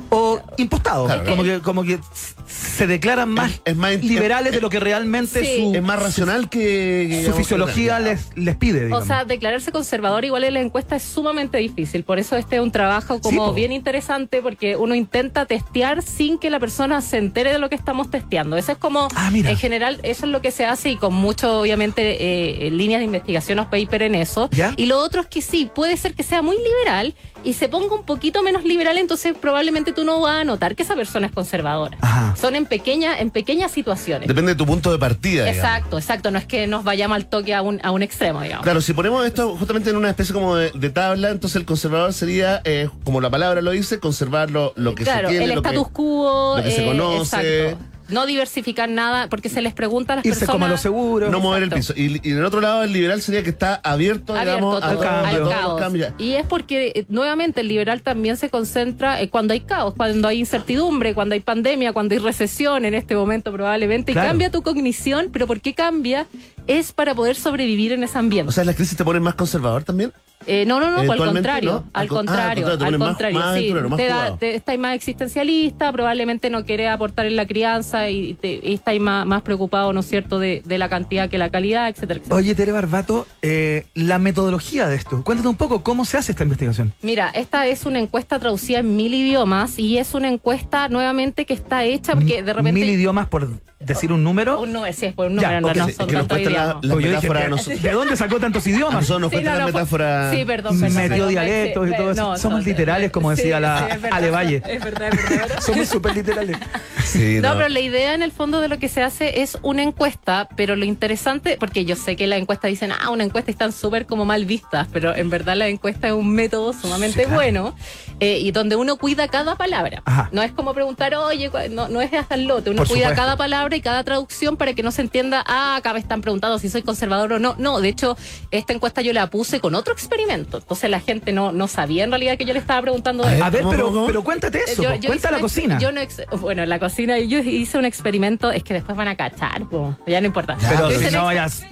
o impostado. Claro. Como, que, como que se declaran más Es- es más- liberales es- de lo que realmente Sí. su, Es más racional que. que- su fisiología les, les pide. o digamos. sea, declararse conservador igual en la encuesta es sumamente difícil. Por eso este es un trabajo como po. bien interesante porque uno intenta testear sin que la persona se entere de lo que estamos testeando. Eso es como, Ah, mira. en general, eso es lo que se hace y con mucho, obviamente, eh, líneas de investigación o paper en eso. ¿Ya? Y lo otro es que sí, puede ser que sea muy liberal y se ponga un poquito menos liberal, entonces probablemente tú no vas a notar que esa persona es conservadora. Ajá. Son en, pequeña, en pequeñas situaciones. Depende de tu punto de partida. digamos. Exacto, exacto. No es que nos vayamos al toque a un, a un extremo, digamos. Claro, si ponemos esto justamente en una especie como de, de tabla, entonces el conservador sería, eh, como la palabra lo dice, conservar lo, lo que Claro, se tiene, el lo que- status quo, eh, lo que se conoce. exacto. No diversificar nada, porque se les pregunta a las Irse como a lo personas. seguro. no mover el Exacto. piso. Y, y en el otro lado, el liberal sería que está abierto, digamos, abierto a, todo- todo, a al todos caos. los cambios. Y es porque eh, nuevamente el liberal también se concentra eh, cuando hay caos, cuando hay incertidumbre, cuando hay pandemia, cuando hay recesión en este momento probablemente. Claro. Y cambia tu cognición, pero ¿por qué cambia? Es para poder sobrevivir en ese ambiente. O sea, las crisis te ponen más conservador también. Eh, no, no, no, al Eventualmente, contrario, ¿no? Al al con- ah, al contrario, contrario, te al pones más- contrario, más sí, aventurero, más te da- jugado. te- estáis más existencialista, probablemente no querés aportar en la crianza y, te, y estáis más, más preocupado, ¿no es cierto?, de, de la cantidad que la calidad, etcétera, etcétera. Oye, Tere Barbato, eh, la metodología de esto. Cuéntate un poco cómo se hace esta investigación. Mira, esta es una encuesta traducida en mil idiomas y es una encuesta nuevamente que está hecha porque de repente... Mil idiomas por decir un número. Un nue- sí, es por un Ya, número, no, ok, no sí, son es que nos cuesta tantos la- idiomas. la- Las Oye, yo dije, metáforas ¿de- a <laughs> nosotros- ¿De dónde sacó tantos A idiomas? nosotros nos Sí, cuentan no, la no, fue- metáfora. Sí, perdón, perdón, Metió perdón, dialectos y sí, todo eso. Somos sí, literales, como decía la es verdad, Ale Valle. Es verdad, es verdad. Somos súper literales. Sí, No, pero la idea en el fondo de lo que se hace es una encuesta, pero lo interesante, porque yo sé que la encuesta dicen, ah, una encuesta y están súper como mal vistas, pero en verdad la encuesta es un método sumamente Sí, claro. bueno eh, y donde uno cuida cada palabra. Ajá. No es como preguntar, oye, cua- no, no es hasta el lote, uno Por cuida supuesto. cada palabra y cada traducción para que no se entienda, ah, acá me están preguntando si soy conservador o no. No, de hecho, esta encuesta yo la puse con otro experimento, entonces la gente no, no sabía en realidad que yo le estaba preguntando A de ver, A ver, ¿Cómo, pero, cómo, cómo? pero cuéntate eso. Eh, yo- po, yo hice Cuenta la un ex- cocina. Yo no ex- bueno, la cocina, yo hice un experimento, es que después van a cachar, po, ya no importa. Pero Yo si hice no un ex- vayas,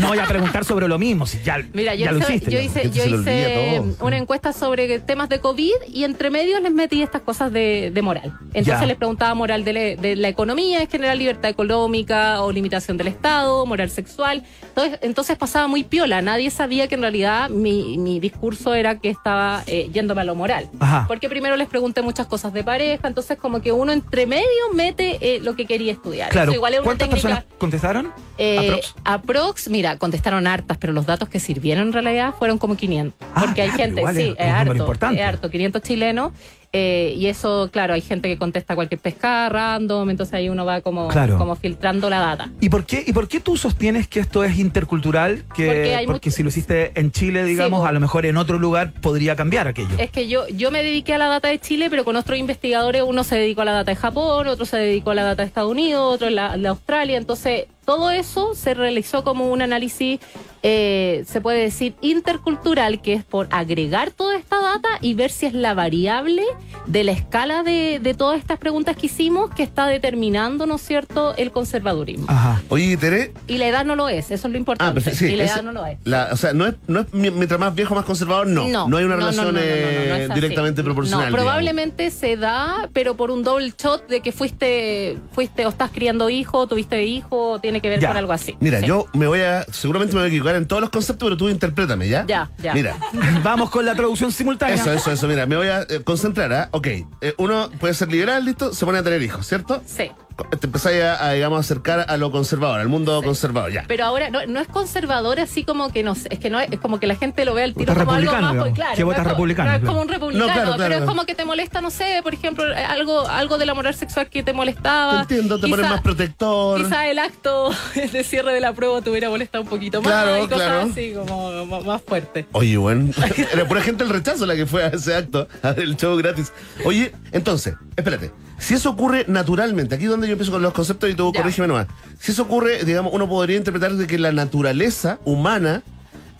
no vayas a preguntar sobre lo mismo, si ya, Mira, yo ya lo Mm. hice, hiciste. yo ya. hice, Esto yo se le hice olvida todo. una encuesta sobre temas de COVID y entre medios les metí estas cosas de, de moral. Entonces Ya. les preguntaba moral de, le- de la economía en general, libertad económica o limitación del Estado, moral sexual. Entonces, entonces pasaba muy piola, nadie sabía que en realidad mi, mi discurso era que estaba eh, yéndome a lo moral. Ajá. Porque primero les pregunté muchas cosas de pareja, entonces como que uno entre medio mete eh, lo que quería estudiar. Claro. Eso igual es una ¿Cuántas técnica- personas contestaron? eh, Aprox. aprox. mira, contestaron hartas, pero los datos que sirvieron en realidad fueron como 500. Ah, porque hay claro, gente, igual es sí, un es, número harto, importante. es harto, 500 chilenos. eh, y eso, claro, hay gente que contesta cualquier pescada random, entonces ahí uno va como, Claro. como filtrando la data. ¿Y por, qué, ¿Y por qué tú sostienes que esto es intercultural? Que, Porque porque hay mucho- si lo hiciste en Chile, digamos, po. a lo mejor en otro lugar podría cambiar aquello. Es que yo, yo me dediqué a la data de Chile, pero con otros investigadores, uno se dedicó a la data de Japón, otro se dedicó a la data de Estados Unidos, otro a la de Australia. Entonces, todo eso se realizó como un análisis, eh, se puede decir, intercultural, que es por agregar toda esta data y ver si es la variable de la escala de, de todas estas preguntas que hicimos que está determinando, ¿no es cierto?, el conservadurismo. Ajá. Oye, Tere. Y la edad no lo es, eso es lo Ah, importante. perfecto. Sí, y la esa- edad no lo es. la- o sea, no es, no es mi- mientras más viejo, más conservador, no. No, hay una relación no, no, no, no, eh, no es así. directamente proporcional. No, digamos. probablemente se da, pero por un doble shot de que fuiste, fuiste o estás criando hijo, tuviste hijo, o tiene que ver Ya. con algo así. Mira, Sí. yo me voy a. Seguramente me voy a equivocar en todos los conceptos, pero tú interprétame, ¿ya? Ya, ya. Mira, Vamos con la traducción simultánea. eso, eso, eso. Mira, me voy a eh, concentrar, ¿ah? Ok. eh, uno puede ser liberal, listo, se pone a tener hijos, ¿cierto? Sí. Te empezáis a, a, digamos, acercar a lo conservador, al mundo conservador, ya. Pero ahora no, no es conservador así como que no sé, es que no es, es como que la gente lo ve al tiro Votas como algo republicano, más digamos, claro, que no votas es como- republicano, No es claro. como un republicano, No, claro, pero claro. es como que te molesta, no sé, por ejemplo, eh, algo algo de la moral sexual que te Te molestaba. entiendo, te pones Quizá- más protector. Quizá el acto <laughs> de cierre de la prueba te hubiera molestado un poquito más Claro, y cosas claro. así como más- más fuerte. Oye, <laughs> bueno, era pura gente el rechazo la que fue a ese acto, a ver el show gratis. Oye, entonces, espérate, Si eso ocurre naturalmente, aquí es donde yo empiezo con los conceptos y tú Ya. corrígeme nomás. Si eso ocurre, digamos, uno podría interpretar de que la naturaleza humana,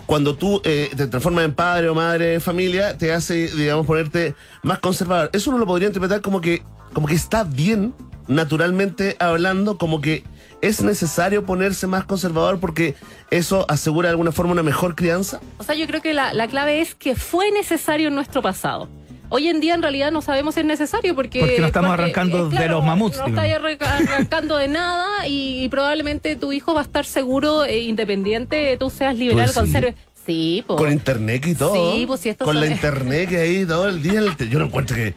cuando tú eh, te transformas en padre o madre de familia, te hace, digamos, ponerte más conservador. Eso uno lo podría interpretar como que, como que está bien, naturalmente hablando, como que es necesario ponerse más conservador porque eso asegura de alguna forma una mejor crianza. O sea, yo creo que la, la clave es que fue necesario en nusto pasado. Hoy en día en realidad no sabemos si es necesario porque... Porque no estamos arrancando eh, de los mamuts, No digamos. estáis arranca- arrancando de nada y, y probablemente tu hijo va a estar seguro e independiente, tú seas liberal, Pues sí. conserve. Sí, po. Con internet y todo. Sí, pues si esto Con la son- internet que hay todo el día. el te- Yo no encuentro que.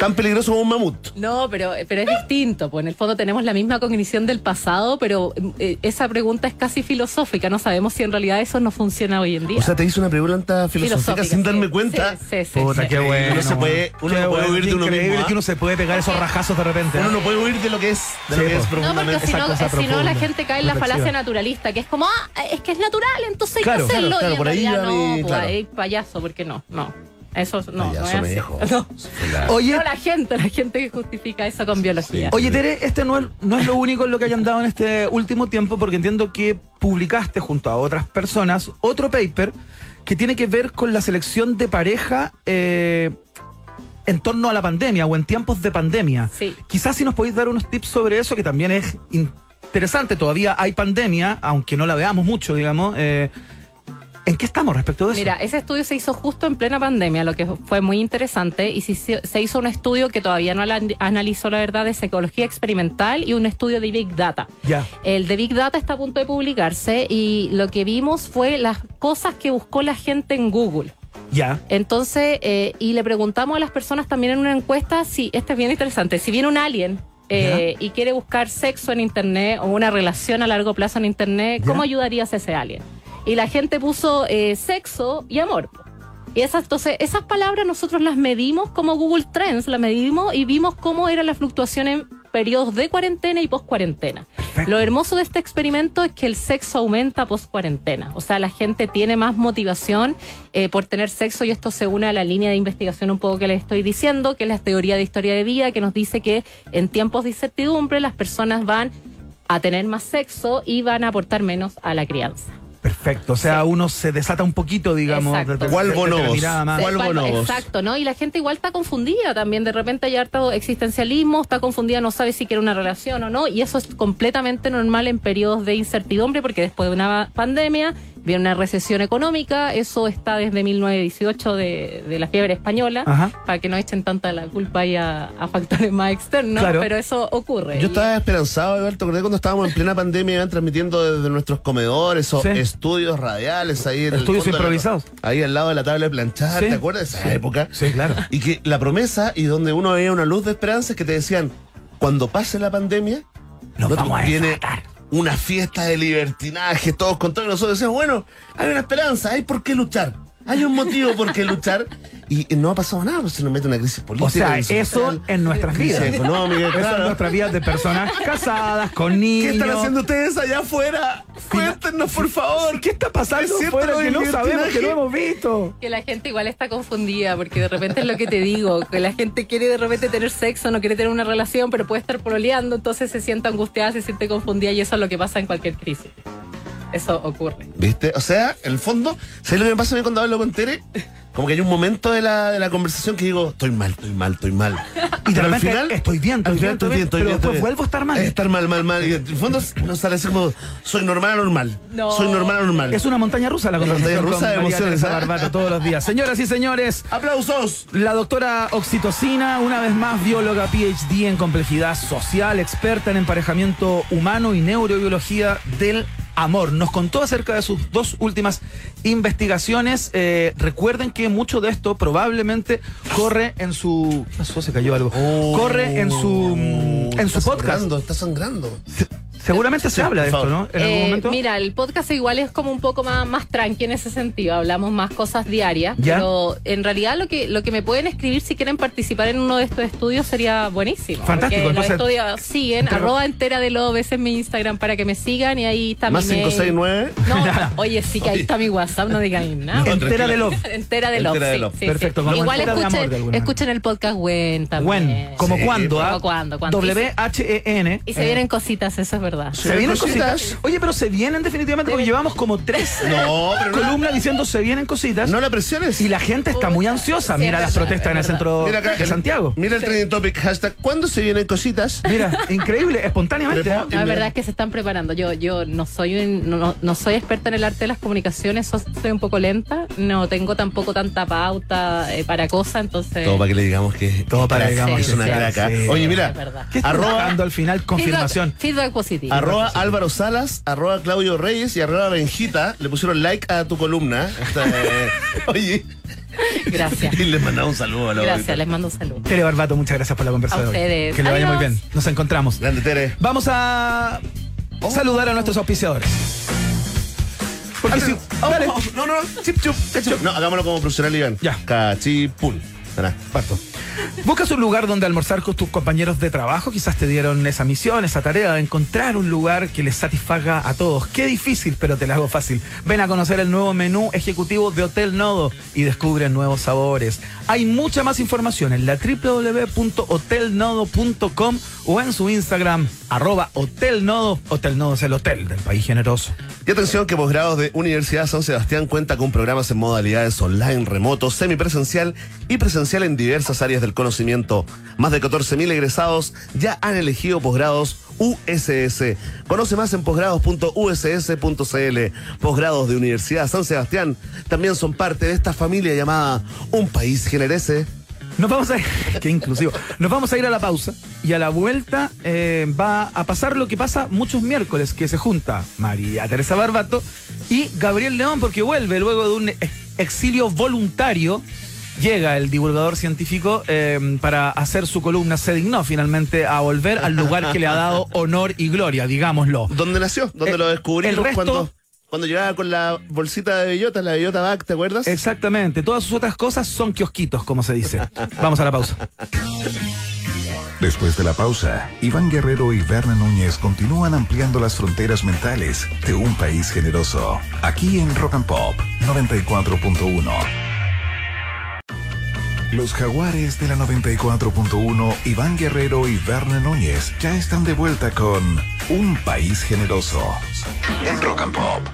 Tan peligroso como un mamut. No, pero, pero es distinto, pues en el fondo tenemos la misma cognición del pasado, pero eh, esa pregunta es casi filosófica, no sabemos si en realidad eso no funciona hoy en día. O sea, te hice una pregunta filosófica, Filosófica, sin sí, darme cuenta. sí, sí, sí. Puta, qué Uno bueno. se puede- uno Qué no puede bueno, huir de uno increíble mismo, ¿ah? que uno se puede pegar esos rajazos de repente. Uno ¿eh? no puede huir de lo que es, de Sí, lo que es po. No, porque profundamente. si no, cosa eh, si no, la profunda, gente cae en la reflexiva. falacia naturalista, que es como, ah, es que es natural, entonces hay Claro, que hacerlo. claro, claro, y en por ahí realidad ya no, vi, po, claro. ahí payaso, porque no, no. Eso es- no, Payaso, no me es dijo. así. No. Oye, No, la gente, la gente que justifica eso con biología. Oye, Tere, este no es, no es lo único en lo que hayan dado en este último tiempo, porque entiendo que publicaste junto a otras personas otro paper que tiene que ver con la selección de pareja eh, en torno a la pandemia o en tiempos de pandemia. Sí. Quizás si nos podéis dar unos tips sobre eso, que también es interesante, todavía hay pandemia, aunque no la veamos mucho, digamos. eh, ¿En qué estamos respecto de eso? Mira, ese estudio se hizo justo en plena pandemia, lo que fue muy interesante, y se hizo, se hizo un estudio que todavía no la- analizó la verdad de psicología experimental y un estudio de Big Data. ya. El de Big Data está a punto de publicarse y lo que vimos fue las cosas que buscó la gente en Google. Ya. Entonces, eh, y le preguntamos a las personas también en una encuesta si, este es bien interesante, si viene un alien eh, y quiere buscar sexo en Internet o una relación a largo plazo en Internet, Ya. ¿cómo ayudarías a ese alien? Y la gente puso eh, sexo y amor. Y esas, entonces, esas palabras nosotros las medimos como Google Trends, las medimos y vimos cómo era la fluctuación en periodos de cuarentena y post cuarentena. Lo hermoso de este experimento es que el sexo aumenta post cuarentena, o sea, la gente tiene más motivación eh, por tener sexo y esto se une a la línea de investigación un poco que les estoy diciendo, que es la teoría de historia de vida, que nos dice que en tiempos de incertidumbre las personas van a tener más sexo y van a aportar menos a la crianza. Perfecto, o sea, uno se desata un poquito, digamos. Exacto. ¿Cuál la bonobos? mirada más. ¿Cuál Sí, bonobos? Exacto, ¿no? Y la gente igual está confundida también. De repente hay harto existencialismo, está confundida, no sabe si quiere una relación o no. Y eso es completamente normal en periodos de incertidumbre, porque después de una pandemia viene una recesión económica. Eso está desde 1918 de, de la fiebre española, Ajá. para que no echen tanta la culpa ahí a, a factores más externos. Claro. Pero eso ocurre. Yo Y- estaba esperanzado, Alberto, ¿acordás cuando estábamos en plena pandemia iban transmitiendo desde nuestros comedores o Sí. estudios radiales ahí en el Estudios fondo de la- improvisados. ahí al lado de la tabla de planchar, Sí. Ah, ¿te acuerdas de esa época? Sí, claro. Y que la promesa y donde uno veía una luz de esperanza es que te decían, cuando pase la pandemia, Nos no te vamos a conviene desatar. una fiesta de libertinaje, todos con todos. Y nosotros decíamos, bueno, hay una esperanza, hay por qué luchar. Hay un motivo por qué luchar. Y y no ha pasado nada, pues se nos mete una crisis política. O sea, crisis eso social, en nuestras crisis vidas. económica, Eso en claro. nuestras vidas de personas casadas, con ¿Qué niños. están haciendo ustedes allá afuera? Cuéntenos, por favor. ¿Qué está pasando ¿Es cierto afuera lo que del no sabemos, que libertinaje? no hemos visto? Que la gente igual está confundida, porque de repente es lo que te digo, que la gente quiere de repente tener sexo, no quiere tener una relación, pero puede estar proleando, entonces se siente angustiada, se siente confundida y eso es lo que pasa en cualquier crisis. Eso ocurre. ¿Viste? O sea, en el fondo, ¿sabes lo que me pasa a mí cuando hablo con Tere? Como que hay un momento de la, de la conversación que digo, estoy mal, estoy mal, estoy mal. <laughs> Y de Pero repente, estoy bien, estoy al final bien, estoy bien, pero después vuelvo a estar mal. Estar mal, mal, mal. Y en el fondo no sale así como, soy normal anormal. No. Soy normal anormal. Es una montaña rusa la Una conversación montaña con rusa de María emociones, Teresa ¿eh? Barbato todos los días. Señoras y señores, ¡Aplausos! La doctora Oxitocina, una vez más bióloga PhD en complejidad social, experta en emparejamiento humano y neurobiología del amor. Nos contó acerca de sus dos últimas investigaciones. Eh, recuerden que mucho de esto probablemente corre en su... ¿Qué pasó? Se cayó algo. Oh. corre en su, en su Oh, Está podcast. sangrando, está sangrando. Seguramente se habla de por esto, ¿no? favor. En algún Eh, momento. Mira, el podcast igual es como un poco más, más tranqui en ese sentido. Hablamos más cosas diarias. Ya. Pero en realidad lo que, lo que me pueden escribir si quieren participar en uno de estos estudios sería buenísimo. Fantástico, Porque entonces- los estudios siguen, Pero- arroba entera de lo ves en mi Instagram para que me sigan y ahí está Más mi mail. 569. <laughs> No, oye, sí que ahí Oye. está mi WhatsApp, no digan nada. No, Entera de Love. <laughs> Entera de Love. Entera de sí, Love. sí, sí. Perfecto, como Igual entera de escuchen, amor de alguna manera. escuchen el podcast Gwen también. When, como Sí, cuándo, ¿ah? Como cuándo, cuándo. W-H-E-N. Y se Eh, vienen cositas, eso es verdad. Se vienen cositas. cositas. Oye, pero se vienen definitivamente porque llevamos como tres No, pero no- columnas diciendo se vienen cositas. No la presiones. Y la gente está muy ansiosa. Sí, Mira es las verdad, protestas es en el verdad. centro Mira acá, de el- Santiago. Mira el trending topic hashtag. ¿Cuándo se vienen cositas? Mira, increíble, espontáneamente. ¿ah? No, la verdad es que se están preparando. Yo, yo no soy un- no, no- no soy experta en el arte de las comunicaciones, so- soy un poco lenta, no tengo tampoco tanta pauta eh, para cosas, entonces Todo para que le digamos que Todo para que digamos es que una sea, craca. sí. Oye, es mira, verdad. ¿Qué está Arroba- buscando al final? Confirmación. Feedback, feedback positivo. arroba Álvaro Salas, arroba Claudio Reyes y arroba Benjita le pusieron like a tu columna. Esta, eh, <laughs> oye, Gracias. <laughs> y les mandaba un saludo a la Gracias, bonita. les mando un saludo. Tere Barbato, muchas gracias por la conversación. A ustedes. Que le vaya muy Adiós. bien. Nos encontramos. Grande Tere. Vamos a Oh. saludar a nuestros auspiciadores. Porque si- Oh, dale. oh, no, no, chip, chup, chup. No, hagámoslo como profesional, Iván. Ya. Cachipun. Pará. Parto. Buscas un lugar donde almorzar con tus compañeros de trabajo. Quizás te dieron esa misión, esa tarea de encontrar un lugar que les satisfaga a todos. Qué difícil, pero te la hago fácil. Ven a conocer el nuevo menú ejecutivo de Hotel Nodo y descubre nuevos sabores. Hay mucha más información en la www.hotelnodo.com o en su Instagram, arroba hotelnodo. Hotel Nodo es el hotel del país generoso. Y atención que posgrados de Universidad San Sebastián cuenta con programas en modalidades online, remoto, semipresencial y presencial en diversas áreas del conocimiento. Más de 14.000 egresados ya han elegido posgrados USS. Conoce más en posgrados.uss.cl. Posgrados de Universidad San Sebastián también son parte de esta familia llamada Un País Generese. Nos vamos a ir, <laughs> qué inclusivo. Nos vamos a ir a la pausa y a la vuelta eh, va a pasar lo que pasa muchos miércoles, que se junta María Teresa Barbato y Gabriel León, porque vuelve luego de un ex- exilio voluntario. Llega el divulgador científico eh, para hacer su columna. Se dignó finalmente a volver al lugar que le ha dado honor y gloria, digámoslo. ¿Dónde nació? ¿Dónde Eh, lo descubrimos? el resto- Cuando, cuando llegaba con la bolsita de bellotas, la bellota back, ¿te acuerdas? Exactamente. Todas sus otras cosas son kiosquitos, como se dice. Vamos a la pausa. Después de la pausa, Iván Guerrero y Berna Núñez continúan ampliando las fronteras mentales de un país generoso. Aquí en Rock and Pop 94.1. Los jaguares de la 94.1, Iván Guerrero y Berna Núñez ya están de vuelta con Un País Generoso en Rock and Pop.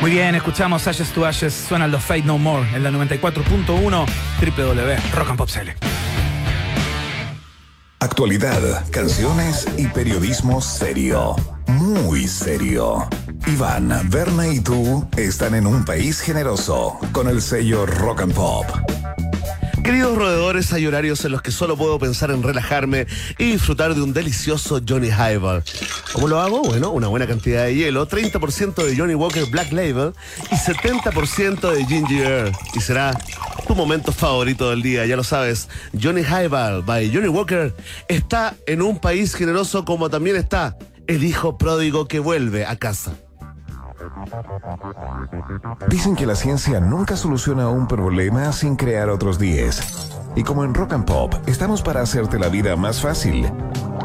Muy bien, escuchamos Ashes to Ashes, suenan los Fate No More en la 94.1 www Rock and Pop CL. Actualidad, canciones y periodismo serio. Muy serio. Iván, Verne y tú están en un país generoso con el sello Rock and Pop. Queridos roedores, hay horarios en los que solo puedo pensar en relajarme y disfrutar de un delicioso Johnny Highball. ¿Cómo lo hago? Bueno, una buena cantidad de hielo, 30% de Johnny Walker Black Label y 70% de Ginger Ale. Y será tu momento favorito del día, ya lo sabes. Johnny Highball by Johnny Walker está en un país generoso como también está el hijo pródigo que vuelve a casa. Dicen que la ciencia nunca soluciona un problema sin crear otros 10. Y como en Rock and Pop, estamos para hacerte la vida más fácil.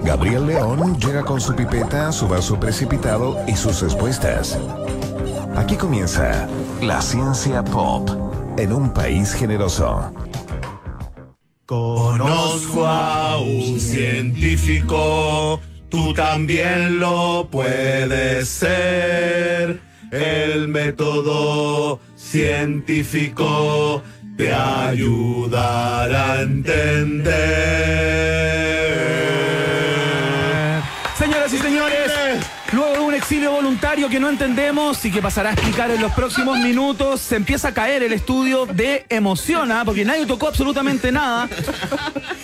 Gabriel León llega con su pipeta, su vaso precipitado y sus respuestas. Aquí comienza la ciencia pop en un país generoso. Conozco a un científico, tú también lo puedes ser. El método científico te ayudará a entender. Señoras y señores, luego de un exilio voluntario que no entendemos y que pasará a explicar en los próximos minutos, se empieza a caer el estudio de Emociona, porque nadie tocó absolutamente nada.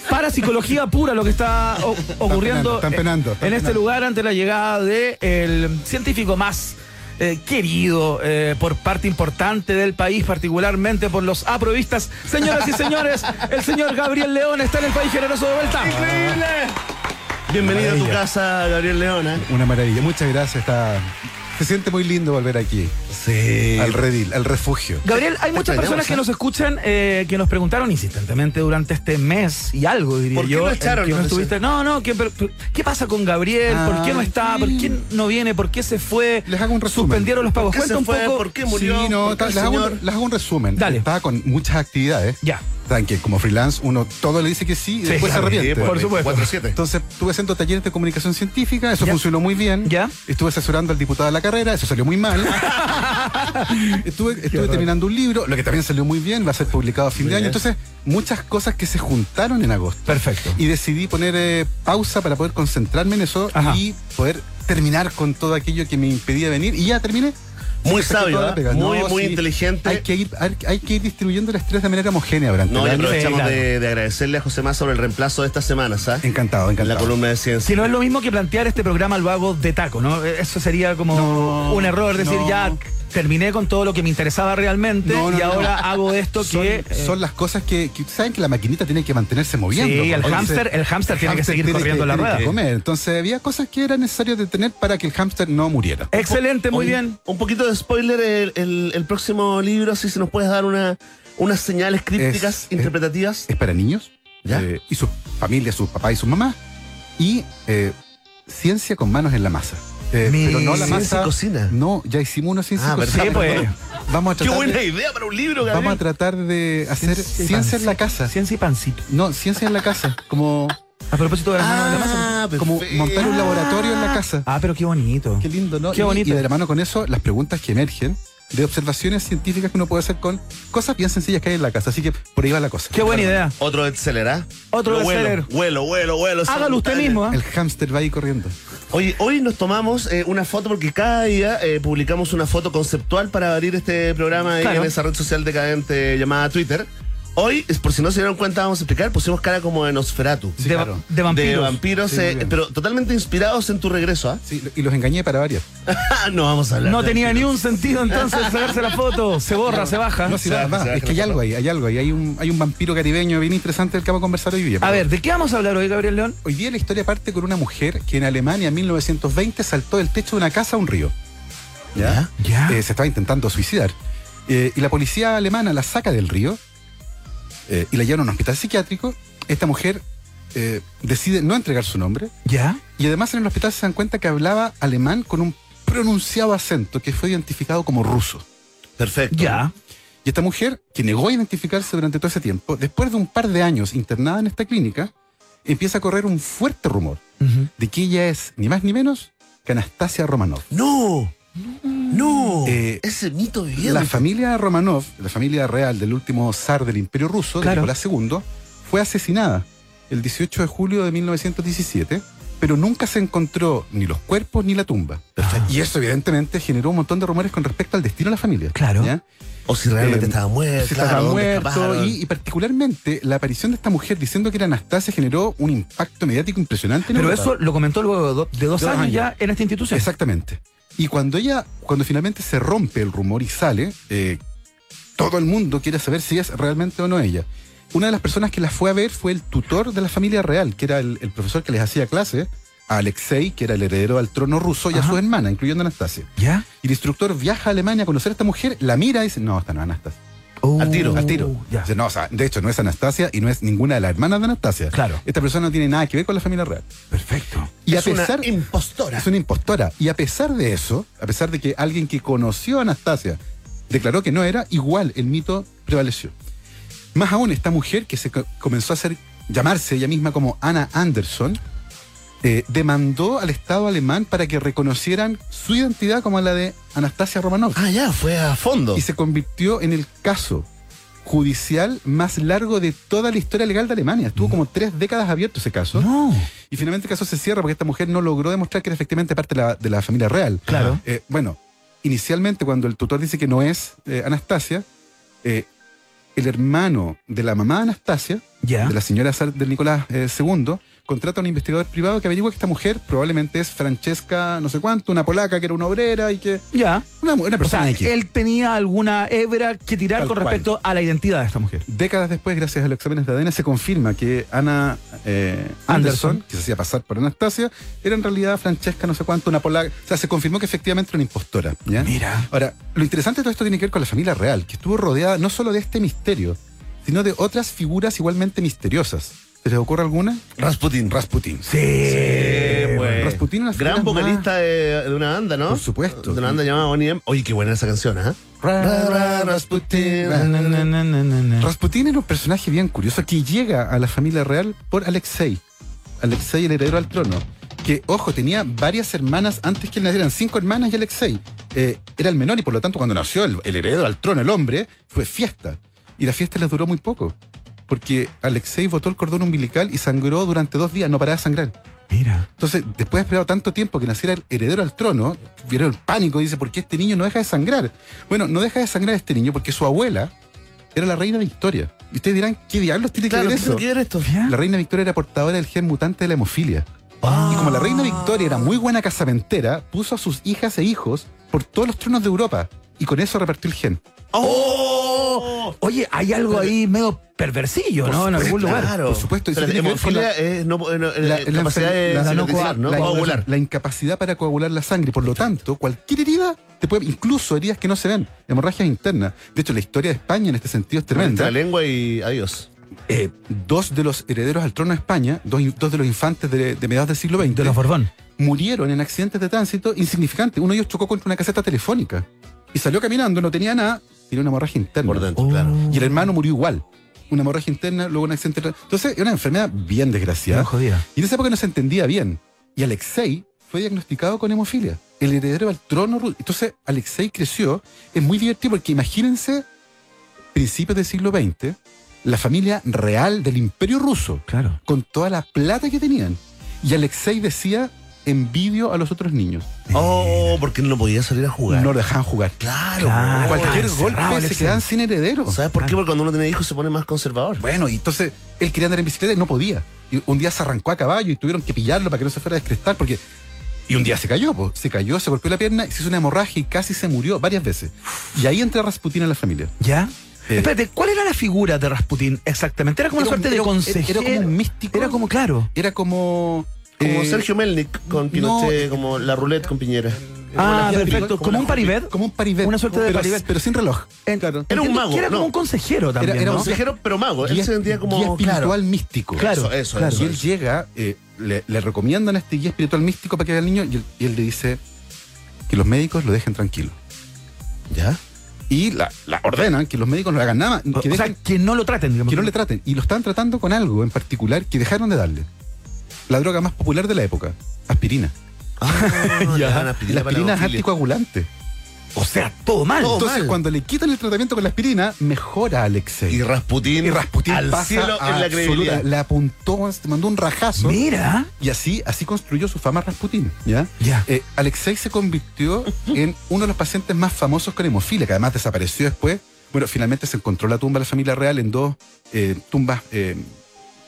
Para psicología pura lo que está o- ocurriendo penando, están penando, eh, están en este penando. lugar ante la llegada del científico más eh, querido eh, por parte importante del país, particularmente por los aprovistas. Señoras y señores, el señor Gabriel León está en el país generoso de vuelta. ¡Increíble! Bienvenido a tu Maravilla. casa, Gabriel ¿eh? Leona. Una maravilla. Muchas gracias. Está... Se siente muy lindo volver aquí. Sí. Al redil, al refugio. Gabriel, hay muchas Extrañamos, personas que ¿eh? nos escuchan eh, que nos preguntaron insistentemente durante este mes y algo, diría ¿Por qué yo. lo en echaron, que no, nos estuviste. no, no, que, pero- pero, ¿qué pasa con Gabriel? ¿Por qué no está? ¿Por qué no viene? ¿Por qué se fue? Les hago un resumen. Suspendieron los pagos. ¿Por qué Cuenta se un fue? poco. ¿Por qué murió? Sí, no, ¿Por qué ta- el les, hago señor? un, les hago un resumen. Dale. Estaba con muchas actividades. Ya. Saben que como freelance uno todo le dice que sí y Sí, después se claro, arrepiente. por supuesto. 4-7. Entonces estuve haciendo talleres de comunicación científica, eso Ya. funcionó muy bien. Ya. Estuve asesorando al diputado de la carrera, eso salió muy mal. estuve estuve terminando un libro, lo que también salió muy bien, va a ser publicado a fin de año. Entonces, muchas cosas que se juntaron en agosto. Perfecto. Y decidí poner eh, pausa para poder concentrarme en eso Ajá. y poder <laughs> terminar con todo aquello que me impedía venir. Y ya terminé. Muy Saqué toda sabio, la ¿eh? pega. muy, No, muy sí. inteligente. Hay que, ir, hay, hay que ir distribuyendo el estrés de manera homogénea durante No, y el año. aprovechamos Sí, claro. de, de agradecerle a José Más sobre el reemplazo de esta semana, ¿sabes? Encantado, En la encantado. columna de Si ciencia. no es lo mismo que plantear este programa al vago de taco, ¿no? E-, Eso sería como No, un error, decir no. ya terminé con todo lo que me interesaba realmente No, no, y no. ahora hago esto son, que... eh, son las cosas que, que- saben que la maquinita tiene que mantenerse moviendo. Sí, el Entonces, hámster- el hámster tiene que hámster seguir corriendo la tiene rueda. que comer. Eh, Entonces había cosas que era necesario detener para que el hámster no muriera. Excelente, muy eh, bien. Un poquito de spoiler, el, el- el próximo libro, si se nos puedes dar una, unas señales crípticas, Es- es- interpretativas. Es para niños Ya. eh, y sus familias, sus papás y sus mamás. Y eh, ciencia con manos en la masa. Eh, Mi- pero no la ciencia y masa. cocina. No, ya hicimos una ciencia Ah, y cocina. Sí, pues. Vamos a Qué tratar buena de, idea ¿eh? para un libro, vamos a Gabriel. tratar de hacer y ciencia en la pancito. casa. Ciencia y pancito. No, ciencia en la <laughs> casa. Como, A propósito de las manos de la masa. Ah, como perfecto. montar un laboratorio en la casa. Ah, pero qué bonito. Qué lindo, ¿no? Qué Y- bonito. Y, de la mano con eso, las preguntas que emergen de observaciones científicas que uno puede hacer con cosas bien sencillas que hay en la casa. Así que por ahí va la cosa. Qué buena idea. Otro acelerar. Otro bestseller. vuelo, vuelo, vuelo, vuelo. Hágalo usted mismo, ¿ah? El hámster va ahí corriendo. Oye, hoy nos tomamos eh, una foto porque cada día eh, publicamos una foto conceptual para abrir este programa ahí Claro. en esa red social decadente llamada Twitter. Hoy, es por si no se dieron cuenta, vamos a explicar, pusimos cara como de Nosferatu. Sí, de, claro. de vampiros. De vampiros, Sí, muy eh, bien. pero totalmente inspirados en tu regreso, ¿ah? Sí, y los engañé para varias. no vamos a hablar. No de tenía ni vampiros. un sentido entonces sacarse la foto. Se borra, se baja. <laughs> No, sí, Se va, baja, va. se baja Es la que hay foto. algo ahí, hay algo ahí. Hay un, hay un vampiro caribeño bien interesante del que vamos a conversar hoy día. A ver, ¿de qué vamos a hablar hoy, Gabriel León? Hoy día la historia parte con una mujer que en Alemania en 1920 saltó del techo de una casa a un río. ¿Ya? Ya. Eh, se estaba intentando suicidar. Eh, y la policía alemana la saca del río eh, y la llevan a un hospital psiquiátrico. Esta mujer eh, decide no entregar su nombre ¿Ya? y además en el hospital se dan cuenta que hablaba alemán con un pronunciado acento que fue identificado como ruso. Perfecto. Ya. Y esta mujer, que negó identificarse durante todo ese tiempo, después de un par de años internada en esta clínica, empieza a correr un fuerte rumor de que ella es ni más ni menos que Anastasia Romanov. No. No. Eh, Ese mito viviendo. La familia Romanov, la familia real del último zar del Imperio Ruso, de Claro. Nicolás II, fue asesinada el 18 de julio de 1917, pero nunca se encontró ni los cuerpos ni la tumba. Y eso evidentemente generó un montón de rumores con respecto al destino de la familia. Claro. ¿ya? o si realmente eh, estaba muerto. se claro, estaba ¿dónde muerto escaparon? y, y particularmente la aparición de esta mujer diciendo que era Anastasia generó un impacto mediático impresionante. en Pero Europa. eso lo comentó luego de, do- de dos Dos años años. ya en esta institución. Exactamente. Y cuando ella, cuando finalmente se rompe el rumor y sale, eh, todo el mundo quiere saber si es realmente o no ella. Una de las personas que la fue a ver fue el tutor de la familia real, que era el, el profesor que les hacía clase, a Alexei, que era el heredero al trono ruso, y Ajá. a su hermana, incluyendo a Anastasia. ¿Ya? Y el instructor viaja a Alemania a conocer a esta mujer, la mira y dice, no, esta no es Anastasia. Al tiro, al tiro. Oh, Ya. Dice, no, o sea, de hecho, no es Anastasia y no es ninguna de las hermanas de Anastasia. Claro. Esta persona no tiene nada que ver con la familia real. Perfecto. Y es a pesar, una impostora. es una impostora. Y a pesar de eso, a pesar de que alguien que conoció a Anastasia declaró que no era, igual el mito prevaleció. Más aún, esta mujer que se co- comenzó a hacer llamarse ella misma como Anna Anderson, eh, demandó al Estado alemán para que reconocieran su identidad como la de Anastasia Romanov. Ah, ya, fue a fondo. Y se convirtió en el caso judicial más largo de toda la historia legal de Alemania. Estuvo como tres décadas abierto ese caso. No. Y finalmente el caso se cierra porque esta mujer no logró demostrar que era efectivamente parte de la, de la familia real. Claro. Eh, bueno, inicialmente cuando el tutor dice que no es eh, Anastasia, eh, el hermano de la mamá de Anastasia de la señora Sar- del Nicolás eh, II, contrata a un investigador privado que averigua que esta mujer probablemente es Francesca no sé cuánto, una polaca que era una obrera y que... Ya. Una, una O persona sea, X. él tenía alguna hebra que tirar Tal con cual. respecto a la identidad de esta mujer. Décadas después, gracias a los exámenes de ADN, se confirma que Ana eh, Anderson. Anderson, que se hacía pasar por Anastasia, era en realidad Francesca no sé cuánto, una polaca. O sea, se confirmó que efectivamente era una impostora. ¿ya? Mira. Ahora, lo interesante de todo esto tiene que ver con la familia real, que estuvo rodeada no solo de este misterio, sino de otras figuras igualmente misteriosas. ¿Se les ocurre alguna? Rasputin. Rasputin. Sí. güey. Rasputin, una Gran vocalista de, de una banda, ¿no? Por supuesto. De una banda llamada Bonnie M. Oye, qué buena esa canción, ¿ah? Ra, ra, Rasputin. Ra, na, na, na, na, na, na. Rasputin era un personaje bien curioso que llega a la familia real por Alexei. Alexei, el heredero al trono. Que, ojo, tenía varias hermanas antes que él naciera. Eran cinco hermanas y Alexei. eh, era el menor y por lo tanto cuando nació el, el heredero al trono, el hombre, fue fiesta. Y la fiesta les duró muy poco. Porque Alexei botó el cordón umbilical y sangró durante dos días, no paraba de sangrar. Mira. Entonces, después de esperar tanto tiempo que naciera el heredero al trono, vieron el pánico y dice, ¿por qué este niño no deja de sangrar? Bueno, no deja de sangrar este niño porque su abuela era la reina Victoria. Y ustedes dirán, ¿qué diablos tiene Claro, que ¿qué ver eso? tiene que ver esto? La reina Victoria era portadora del gen mutante de la hemofilia. Y como la reina Victoria era muy buena casamentera, puso a sus hijas e hijos por todos los tronos de Europa. Y con eso repartió el gen. ¡Oh! Oye, hay algo ahí medio perversillo, ¿no? En algún lugar. Claro. Por supuesto, y Pero se tiene que ver con hemofilia la- es no, eh, no, eh, la- la capacidad de enfermedad- la no cinematizar, ¿no? la, Coagular. la incapacidad para coagular la sangre. Por lo tanto, cualquier herida te puede, incluso heridas que no se ven, hemorragias internas. De hecho, la historia de España en este sentido es Entre tremenda. la lengua y adiós. Eh, dos de los herederos al trono de España, dos, dos de los infantes de, de mediados del siglo XX, De los Borbón. murieron en accidentes de tránsito insignificantes. Uno de ellos chocó contra una caseta telefónica y salió caminando, no tenía nada, tenía una hemorragia interna. Por dentro, claro. Oh, Y el hermano murió igual. Una hemorragia interna, luego un accidente. de tra- Entonces, era una enfermedad bien desgraciada. Bien jodida. Y en esa época no se entendía bien. Y Alexei fue diagnosticado con hemofilia. El heredero al trono ruso. Entonces, Alexei creció. Es muy divertido porque imagínense, principios del siglo XX, la familia real del imperio ruso, Claro. con toda la plata que tenían. Y Alexei decía, envidio a los otros niños. Oh, porque no podía salir a jugar. No lo dejaban jugar. Claro. Claro. güey. Cualquier encerrado, golpe Alexei. se quedaban sin heredero. ¿Sabes por qué? Porque cuando uno tiene hijos se pone más conservador. Bueno, y entonces él quería andar en bicicleta y no podía. Y un día se arrancó a caballo y tuvieron que pillarlo para que no se fuera a descrestar porque... Y un día se cayó, po. se cayó, se golpeó la pierna, y se hizo una hemorragia y casi se murió varias veces. Y ahí entra Rasputin en la familia. ¿Ya? Eh. Espérate, ¿cuál era la figura de Rasputín exactamente? Era como Era una un- suerte de era un- consejero. era como un místico. Era como, claro. Era como... Como eh, Sergio Melnik con Pinochet, como la roulette con Piñera. Ah, la- perfecto. como Como la- un paribet. Como un paribet. Una suerte de pero, paribet. Pero sin reloj. En- Claro. Era un Entiendo mago, que Era no. como un consejero también, Era- era ¿no? un- Consejero, pero mago. Él Guía- se sentía como. guía espiritual Claro. místico. Claro, Eso, eso, claro. Y eso, él eso. llega, eh, le, le recomiendan a este guía espiritual místico para que vea al niño y él, y él le dice que los médicos lo dejen tranquilo. ¿Ya? Y la, la ordenan que los médicos no le hagan nada, que, O- o sea, dejen- que no lo traten, digamos. que no le traten. Y lo están tratando con algo en particular que dejaron de darle. La droga más popular de la época, aspirina. <laughs> Ya. Ah, le daban Y aspirina para la aspirina es hemofilia. anticoagulante. o sea, todo mal. Todo Entonces, Oh, mal. cuando le quitan el tratamiento con la aspirina, mejora a Alexei. Y Rasputín. Y Rasputín al pasa cielo a en la credibilidad. absoluta. Le apuntó, te mandó un rajazo. Mira. Y así, así construyó su fama Rasputín. ¿ya? Ya. Eh, Alexei se convirtió en uno de los pacientes más famosos con hemofilia, que además desapareció después. Bueno, finalmente se encontró la tumba de la familia real en dos eh, tumbas eh,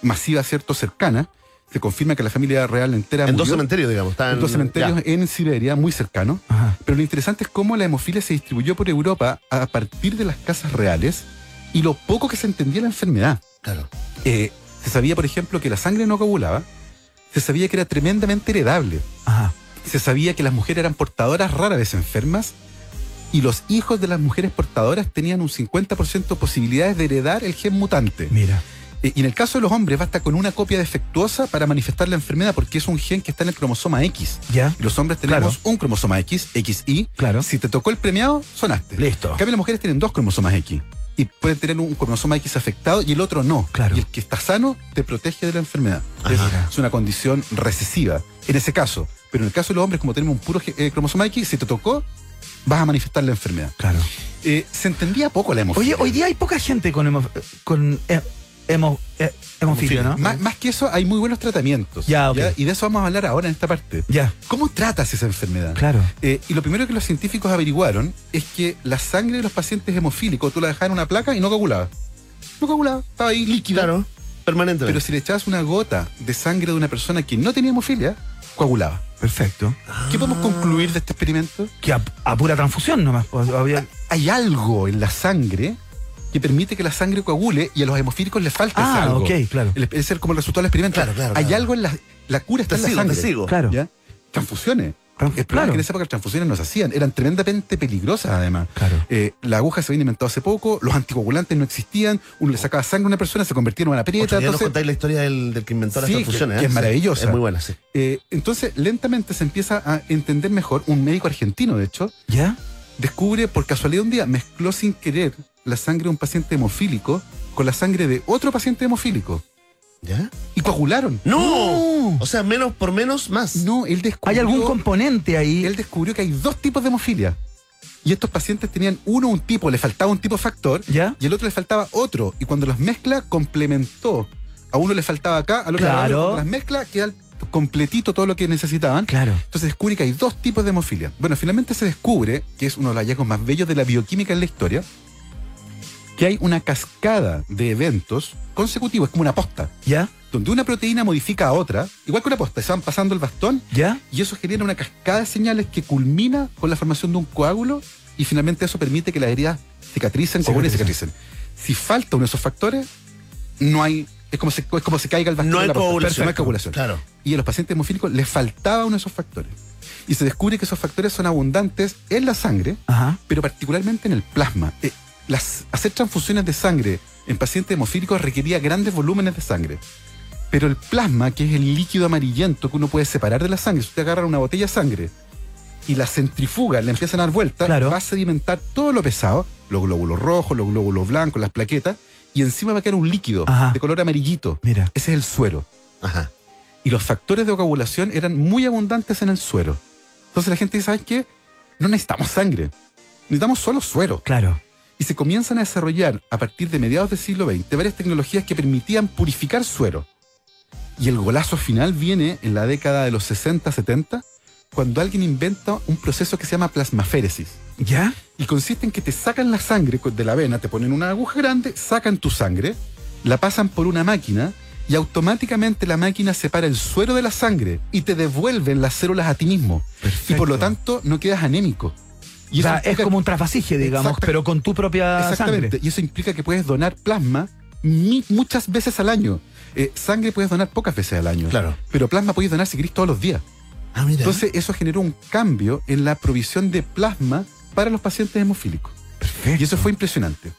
masivas, ¿cierto? Cercanas. Se confirma que la familia real entera En dos murió cementerios, digamos. Estaban, en dos cementerios en Siberia, muy cercanos. Ajá. Pero lo interesante es cómo la hemofilia se distribuyó por Europa a partir de las casas reales y lo poco que se entendía la enfermedad. Claro. Eh, se sabía, por ejemplo, que la sangre no coagulaba, se sabía que era tremendamente heredable, Ajá. se sabía que las mujeres eran portadoras rara vez enfermas y los hijos de las mujeres portadoras tenían un 50% posibilidades de heredar el gen mutante. Mira. Eh, Y en el caso de los hombres basta con una copia defectuosa para manifestar la enfermedad porque es un gen que está en el cromosoma X. Ya. Los hombres tenemos un cromosoma X, XY. Claro. Si te tocó el premiado, sonaste. Listo. En cambio, las mujeres tienen dos cromosomas X. Y pueden tener un cromosoma X afectado y el otro no. Claro. Ah, Y el que está sano te protege de la enfermedad. Es, es una condición recesiva en ese caso. Pero en el caso de los hombres, como tenemos un puro ge- eh, cromosoma X, si te tocó, vas a manifestar la enfermedad. Claro. Eh, se entendía poco la Oye, hemofilia. hoy día hay poca gente con hemo- con he- hemo- he- hemofilia, ¿no? Más, más que eso, hay muy buenos tratamientos. Ya, ok. Y de eso vamos a hablar ahora en esta parte. Ya. ¿Cómo tratas esa enfermedad? Claro. Eh, y lo primero que los científicos averiguaron es que la sangre de los pacientes hemofílicos tú la dejabas en una placa y no coagulaba. No coagulaba, estaba ahí líquida. Claro. Pero Permanentemente. Pero si le echabas una gota de sangre de una persona que no tenía hemofilia, coagulaba. Perfecto. ¿Qué podemos Ah. concluir de este experimento? Que a, a pura transfusión nomás. pues, había- Hay algo en la sangre que permite que la sangre coagule y a los hemofílicos les falta ese Ah, algo. ok, claro. El- Ese es como el resultado del experimento. Claro, claro, Hay claro. algo en la... La cura está Te en sigo, la te sangre. sigo. Claro. ¿ya? Transfusiones. Trans- El problema es claro. que en esa época las transfusiones no se hacían, eran tremendamente peligrosas además. Claro. Eh, la aguja se había inventado hace poco, los anticoagulantes no existían, uno le sacaba sangre a una persona, se convertía en una Otro día prieta. nos Entonces, contáis la historia del, del que inventó las Sí, transfusiones. que- que ¿eh? es Sí, maravillosa. Es muy buena, sí. eh, entonces, lentamente se empieza a entender mejor. Un médico argentino, de hecho, ¿Ya? descubre por casualidad un día, mezcló sin querer la sangre de un paciente hemofílico con la sangre de otro paciente hemofílico. ¿Ya? Y coagularon. ¡No! O sea, menos por menos, más. No, él descubrió... ¿Hay algún componente ahí? él descubrió que hay dos tipos de hemofilia. Y estos pacientes tenían uno un tipo, le faltaba un tipo factor, ¿Ya? y el otro le faltaba otro. Y cuando los mezcla, complementó. A uno le faltaba acá, al otro Claro. acá. Cuando las mezcla, queda completito todo lo que necesitaban. Claro. Entonces descubre que hay dos tipos de hemofilia. Bueno, finalmente se descubre, que es uno de los hallazgos más bellos de la bioquímica en la historia, que hay una cascada de eventos consecutivos, es como una posta, ¿Ya? donde una proteína modifica a otra, igual que una posta, se van pasando el bastón ¿Ya? y eso genera una cascada de señales que culmina con la formación de un coágulo y finalmente eso permite que las heridas cicatricen, coagulen y cicatricen. Si falta uno de esos factores, no hay. Es como se, es como se caiga el bastón. No de hay la posta. coagulación. No hay coagulación. Claro. Y a los pacientes hemofílicos les faltaba uno de esos factores. Y se descubre que esos factores son abundantes en la sangre, Ajá. pero particularmente en el plasma. Eh, las, hacer transfusiones de sangre en pacientes hemofílicos requería grandes volúmenes de sangre. Pero el plasma, que es el líquido amarillento que uno puede separar de la sangre, si usted agarra una botella de sangre y la centrifuga, le empiezan a dar vueltas, Claro. va a sedimentar todo lo pesado, los glóbulos rojos, los glóbulos blancos, las plaquetas, y encima va a quedar un líquido Ajá. de color amarillito. Mira. Ese es el suero Ajá. y los factores de coagulación eran muy abundantes en el suero. Entonces la gente dice, ¿sabes qué? No necesitamos sangre, necesitamos solo suero. Claro. Y se comienzan a desarrollar a partir de mediados del siglo XX varias tecnologías que permitían purificar suero. Y el golazo final viene en la década de los 60, 70, cuando alguien inventa un proceso que se llama plasmaféresis. ¿Ya? Y consiste en que te sacan la sangre co- de la vena, te ponen una aguja grande, sacan tu sangre, la pasan por una máquina y automáticamente la máquina separa el suero de la sangre y te devuelven las células a ti mismo. Y por lo tanto no quedas anémico. Y o sea, implica- es como un trasvasije, digamos, Exacta- pero con tu propia Exactamente. sangre. Y eso implica que puedes donar plasma mi- muchas veces al año. Eh, sangre puedes donar pocas veces al año. Claro. Pero plasma puedes donar si querés todos los días. Ah, mira. Entonces eso generó un cambio en la provisión de plasma para los pacientes hemofílicos. Y eso fue impresionante.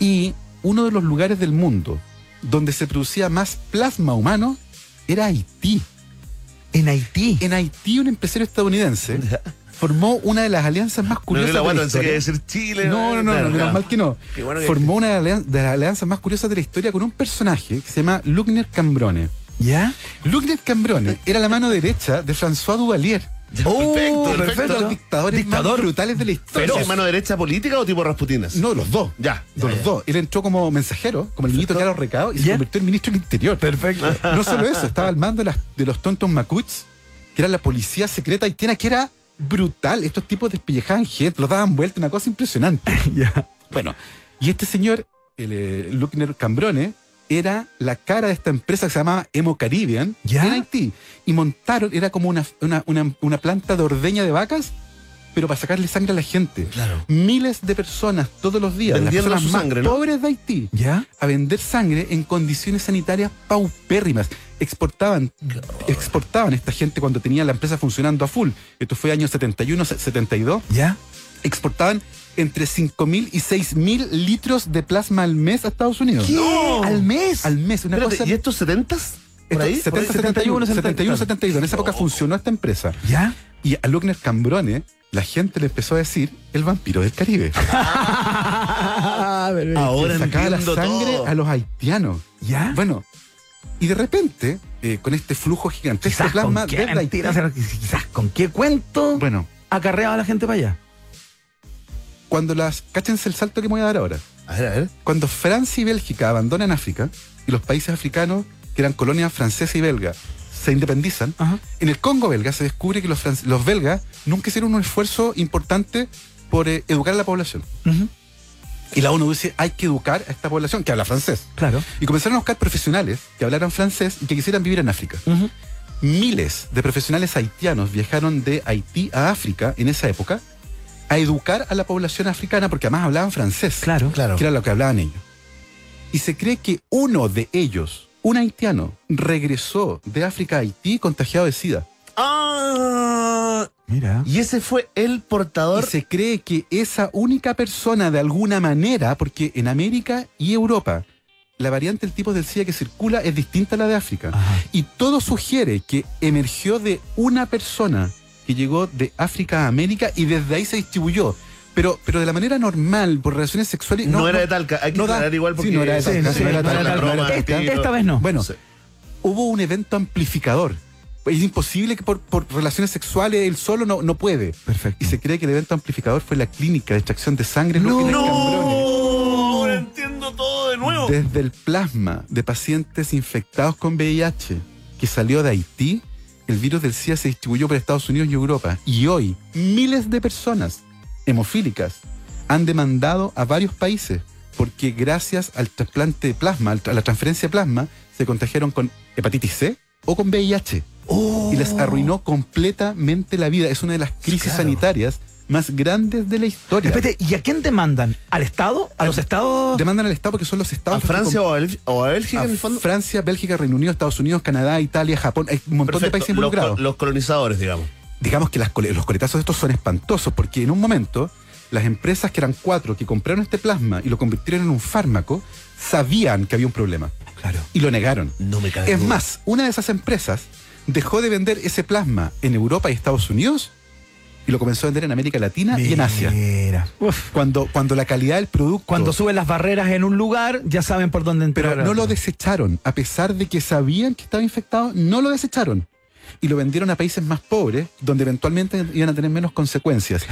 Y uno de los lugares del mundo donde se producía más plasma humano era Haití. En Haití. En Haití un <laughs> empresario estadounidense formó una de las alianzas más no, curiosas que la de guata la pensé que iba a historia. decir Chile. No, no, no, Claro, no, menos claro. mal que no. Qué bueno que- Formó una de alian- de las alianzas más curiosas de la historia con un personaje que se llama Lugner Cambrone. ¿Ya? Lugner Cambrone era la mano derecha de François Duvalier. Perfecto, Oh, perfecto. Los dictadores Dictador. más brutales de la historia. ¿Pero mano derecha política o tipo Rasputinas? No, los dos. Ya, De los dos. Él entró como mensajero, como el ministro que los recados, y se Ya. convirtió en ministro del interior. Perfecto. No solo eso, estaba al mando de, las- de los tontos macuts, que era la policía secreta haitiana, que era brutal. Estos tipos despellejaban gente, los daban vuelta, una cosa impresionante. Ya. Bueno, y este señor, el eh, Luckner Cambrone, era la cara de esta empresa que se llamaba Emo Caribbean ¿Ya? en Haití. Y montaron, era como una, una- una- una planta de ordeña de vacas, pero para sacarle sangre a la gente. Claro. Miles de personas todos los días, las Vendiendo personas su más sangre, ¿no? pobres de Haití, ¿Ya? a vender sangre en condiciones sanitarias paupérrimas. Exportaban, exportaban esta gente cuando tenía la empresa funcionando a full. Esto fue año 71, 72 ¿Ya? exportaban entre 5.000 y 6.000 litros de plasma al mes a Estados Unidos. ¡No! ¿Al mes? Al mes, una Espérate, cosa... ¿Y estos 70s? ¿Por ahí? 70, ¿Por ahí? 71, 71, 72. En esa época No. funcionó esta empresa. ¿Ya? Y a Lugner Cambrone, la gente le empezó a decir el vampiro del Caribe. Ahora Le sacaba la entiendo sangre todo. a los haitianos. ¿Ya? Bueno, y de repente, eh, con este flujo gigantesco de Quizás plasma con qué desde Haití. mentira, quizás con qué cuento Bueno, acarreaba la gente para allá. cuando las. Cáchense el salto que me voy a dar ahora. A ver, a ver. Cuando Francia y Bélgica abandonan África y los países africanos, que eran colonias francesa y belga, se independizan, Ajá. en el Congo belga se descubre que los, franc- los belgas nunca hicieron un esfuerzo importante por eh, educar a la población. Y la ONU dice, hay que educar a esta población que habla francés. Claro. Y comenzaron a buscar profesionales que hablaran francés y que quisieran vivir en África. Miles de profesionales haitianos viajaron de Haití a África en esa época a educar a la población africana porque además hablaban francés. Claro. Claro. Que era lo que hablaban ellos. Y se cree que uno de ellos, un haitiano, regresó de África a Haití contagiado de SIDA. Ah, Mira. y ese fue el portador. Y se cree que esa única persona, de alguna manera, porque en América y Europa, la variante del tipo del SIDA que circula es distinta a la de África. Ajá. Y todo sugiere que emergió de una persona que llegó de África a América y desde ahí se distribuyó. Pero, pero de la manera normal, por relaciones sexuales. No era de Talca, hay que aclarar igual porque- Sí, no era de Sí, Talca. no, sí, no era de no este, era Talca. de Talca. broma, esta, tiro. esta vez no. Bueno, Sí. hubo un evento amplificador. Es imposible que por, por relaciones sexuales él solo no, no puede. Perfecto. Y se cree que el evento amplificador fue la clínica de extracción de sangre. No, lúpina y cambrones. ahora entiendo todo de nuevo. Desde el plasma de pacientes infectados con VIH que salió de Haití, el virus del SIDA se distribuyó por Estados Unidos y Europa. Y hoy, miles de personas hemofílicas han demandado a varios países porque gracias al trasplante de plasma, al tra- a la transferencia de plasma, se contagiaron con hepatitis C o con VIH. Y les arruinó completamente la vida. Es una de las crisis Oh. Claro. sanitarias más grandes de la historia. Espérate, ¿y a quién demandan? ¿Al Estado? ¿A los Estados? Demandan al Estado porque son los estados ¿A los que Francia o a, Bélgica- o a Bélgica a en el fondo? Francia, Bélgica, Reino Unido, Estados Unidos, Canadá, Italia, Japón, hay un montón de Perfecto, países los co- involucrados. Los, colonizadores, digamos. Digamos que las cole- los coletazos estos son espantosos porque en un momento las empresas que eran cuatro que compraron este plasma y lo convirtieron en un fármaco sabían que había un problema Claro. y lo negaron. No me cae. Es más, una de esas empresas dejó de vender ese plasma en Europa y Estados Unidos y lo comenzó a vender en América Ah, Latina y en Asia. Mira. Uf. Cuando, cuando la calidad del producto Cuando suben las barreras en un lugar, ya saben por dónde entrar. Pero no lo desecharon, a pesar de que sabían que estaba infectado, no lo desecharon. Y lo vendieron a países más pobres, donde eventualmente iban a tener menos consecuencias.